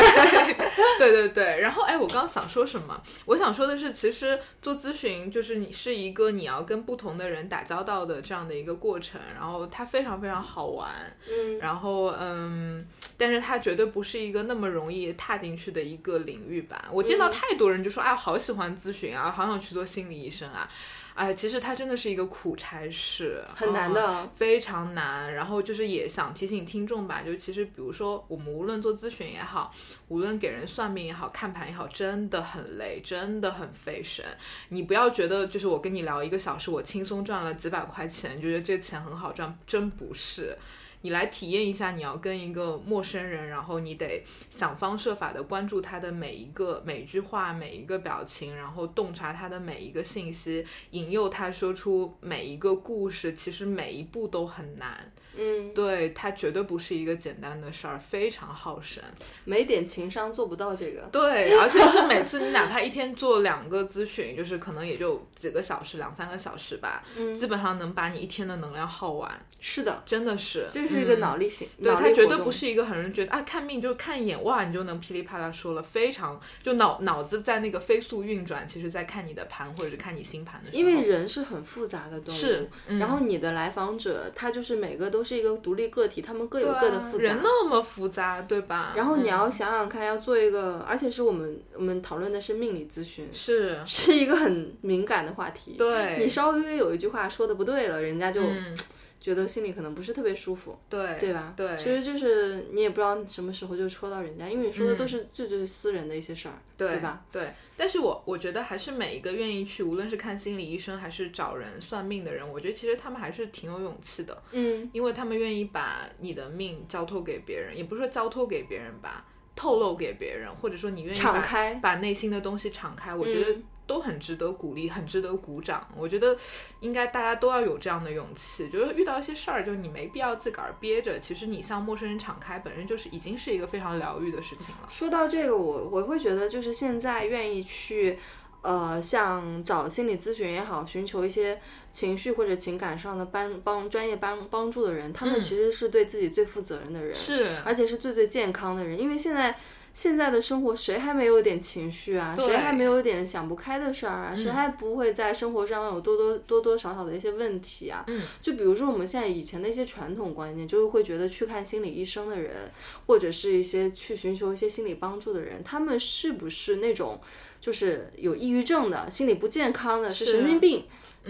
对对对。然后，哎，我刚想说什么？我想说的是，其实做咨询就是你是一个你要跟不同的人打交道的这样的一个过程，然后它非常非常好玩， 嗯，然后嗯，但是它绝对不是一个那么容易踏进去的一个领域吧。我见到太多人就说，哎，好喜欢咨询啊，好想去做心理医生啊。哎，其实它真的是一个苦差事，很难嗯的非常难。然后就是也想提醒听众吧，就其实比如说我们无论做咨询也好，无论给人算命也好、看盘也好，真的很累，真的很费神。你不要觉得就是我跟你聊一个小时，我轻松赚了几百块钱，你觉得这钱很好赚，真不是。你来体验一下，你要跟一个陌生人，然后你得想方设法的关注他的每一个每一句话、每一个表情，然后洞察他的每一个信息，引诱他说出每一个故事。其实每一步都很难，嗯，对他绝对不是一个简单的事儿，非常耗神。没点情商做不到这个，对，而且就是每次你哪怕一天做两个咨询，就是可能也就几个小时、两三个小时吧，基本上能把你一天的能量耗完，是的，真的是。这是一个嗯脑力型，对脑力他绝活对动不是一个很人觉得啊，看病就看一眼哇，你就能噼里啪啦说了，非常就脑脑子在那个飞速运转，其实在看你的盘或者是看你星盘的时候，因为人是很复杂的动物，是嗯然后你的来访者他就是每个都是一个独立个体，他们各有对啊各的复杂。人那么复杂，对吧？然后你嗯要想想看，要做一个，而且是我们我们讨论的是命理咨询，是是一个很敏感的话题。嗯对你稍微有一句话说的不对了，人家就嗯觉得心里可能不是特别舒服，对对吧？对，其实就是你也不知道什么时候就戳到人家，因为你说的都是最最私人的一些事儿，对吧？？对，但是我我觉得还是每一个愿意去，无论是看心理医生还是找人算命的人，我觉得其实他们还是挺有勇气的，嗯，因为他们愿意把你的命交托给别人，也不是说交托给别人吧，透露给别人，或者说你愿意把敞开把内心的东西敞开，我觉得嗯都很值得鼓励，很值得鼓掌。我觉得应该大家都要有这样的勇气，就是遇到一些事儿，就是你没必要自个儿憋着，其实你向陌生人敞开，本身就是已经是一个非常疗愈的事情了。说到这个，我我会觉得就是现在愿意去，呃，像找心理咨询也好，寻求一些情绪或者情感上的帮帮专业帮帮助的人，他们嗯其实是对自己最负责任的人，是而且是最最健康的人，因为现在。现在的生活，谁还没有点情绪啊？对谁还没有点想不开的事儿啊？谁还不会在生活上有多多多多少少的一些问题啊？嗯就比如说我们现在以前的一些传统观念，就是会觉得去看心理医生的人，或者是一些去寻求一些心理帮助的人，他们是不是那种就是有抑郁症的、心理不健康的、是是神经病？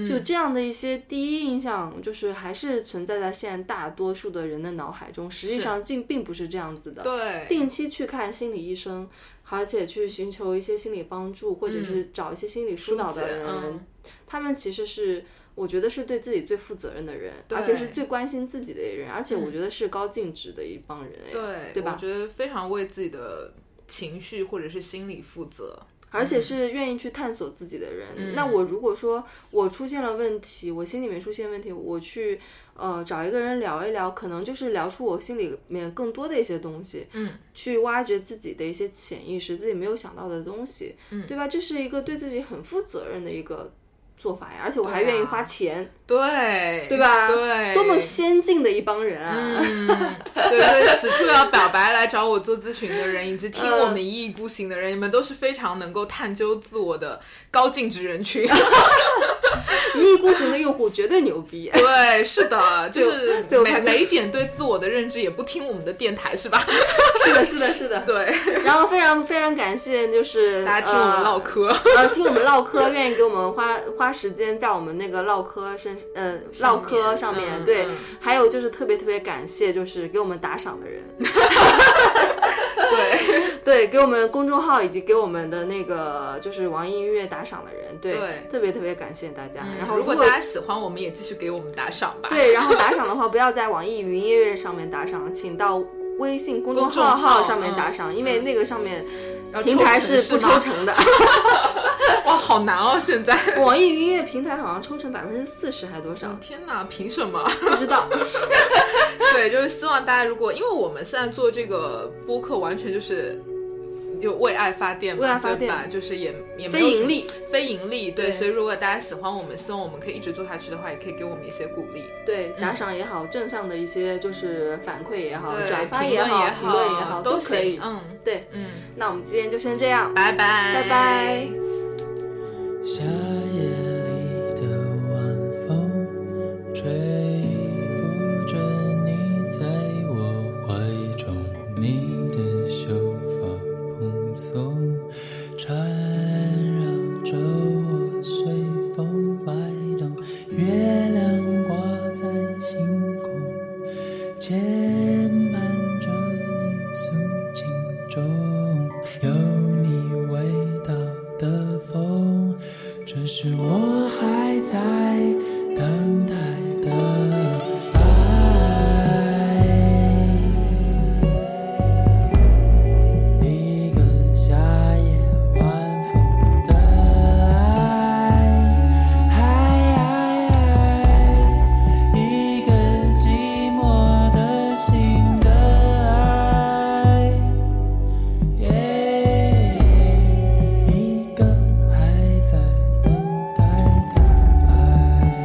就这样的一些第一印象，就是还是存在在现在大多数的人的脑海中，实际是上竟并不是这样子的。对，定期去看心理医生，而且去寻求一些心理帮助，或者是找一些心理疏导的人，嗯他们其实是我觉得是对自己最负责任的人，对嗯而且是最关心自己的人，而且我觉得是高净值的一帮人，哎对，对吧我觉得非常为自己的情绪或者是心理负责。而且是愿意去探索自己的人。嗯那我如果说我出现了问题，我心里面出现问题，我去呃找一个人聊一聊，可能就是聊出我心里面更多的一些东西，嗯，去挖掘自己的一些潜意识，自己没有想到的东西，嗯，对吧？这是一个对自己很负责任的一个做法呀，而且我还对啊愿意花钱，对，对吧？对，多么先进的一帮人啊！嗯，对对，此处要表白来找我做咨询的人，以及听嗯我们一意孤行的人，你们都是非常能够探究自我的高净值人群。 一意孤行的用户绝对牛逼。对，是的， 就最是后每看看每一点对自我的认知也不听我们的电台 是吧？是的，是的，是的。对， 然后非常非常感谢，就是大家听我们唠嗑，呃，呃，听我们唠嗑，愿意给我们花花时间在我们那个唠嗑身呃唠嗑上面，嗯对嗯，还有就是特别特别感谢，就是给我们打赏的人， 对对，给我们公众号以及给我们的那个就是网易音乐打赏的人，对，对嗯特别特别感谢大家。然后如果果大家喜欢，我们也继续给我们打赏吧。对，然后打赏的话，不要在网易云音乐上面打赏，请到微信公众公众号号嗯号上面打赏，因为那个上面要抽成，平台是不抽吗，成的。 哇，好难哦，现在。 网易云音乐平台好像抽成百分之四十还多少，天哪，凭什么？ 不知道。对，就是希望大家如果，因为我们现在做这个播客，完全就是。就为爱发电嘛，为爱发对吧？电就是也也没非有什么盈利，非盈利对。对所以如果大家喜欢我们，希望我们可以一直做下去的话，也可以给我们一些鼓励。对打赏也好，正向的一些就是反馈也好，嗯对，转发评论好，也评论也好，都可以行。嗯对，嗯，那我们今天就先这样，拜拜拜，拜。夏夜里的晚风，吹拂着你在我怀中，你的秀发蓬松，缠绕着我随风摆动，月亮挂在星空，牵绊着你诉情衷，有你味道的风，这是我还在等待的爱，一个夏夜晚风的爱，爱，一个寂寞的心的爱。耶，一个还在等待的爱。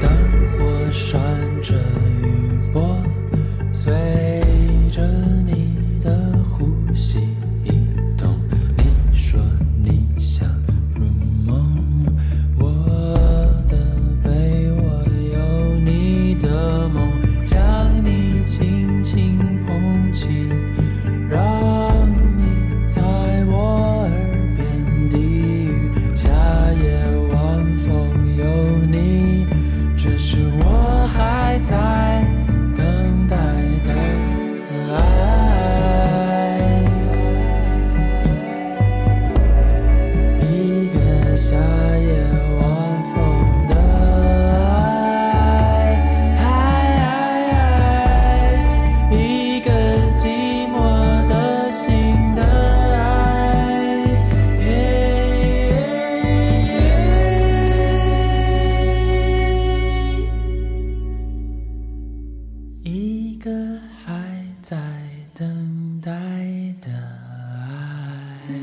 灯火闪着余波，随着你的呼吸移动。你说你想入梦，我的被窝有你的梦，将你轻轻捧起，让你在我耳边低语。夏夜晚风有你。这是我还在等待的爱，一个夏夜晚风的爱，一个寂寞的心的爱。一个还在等待的爱。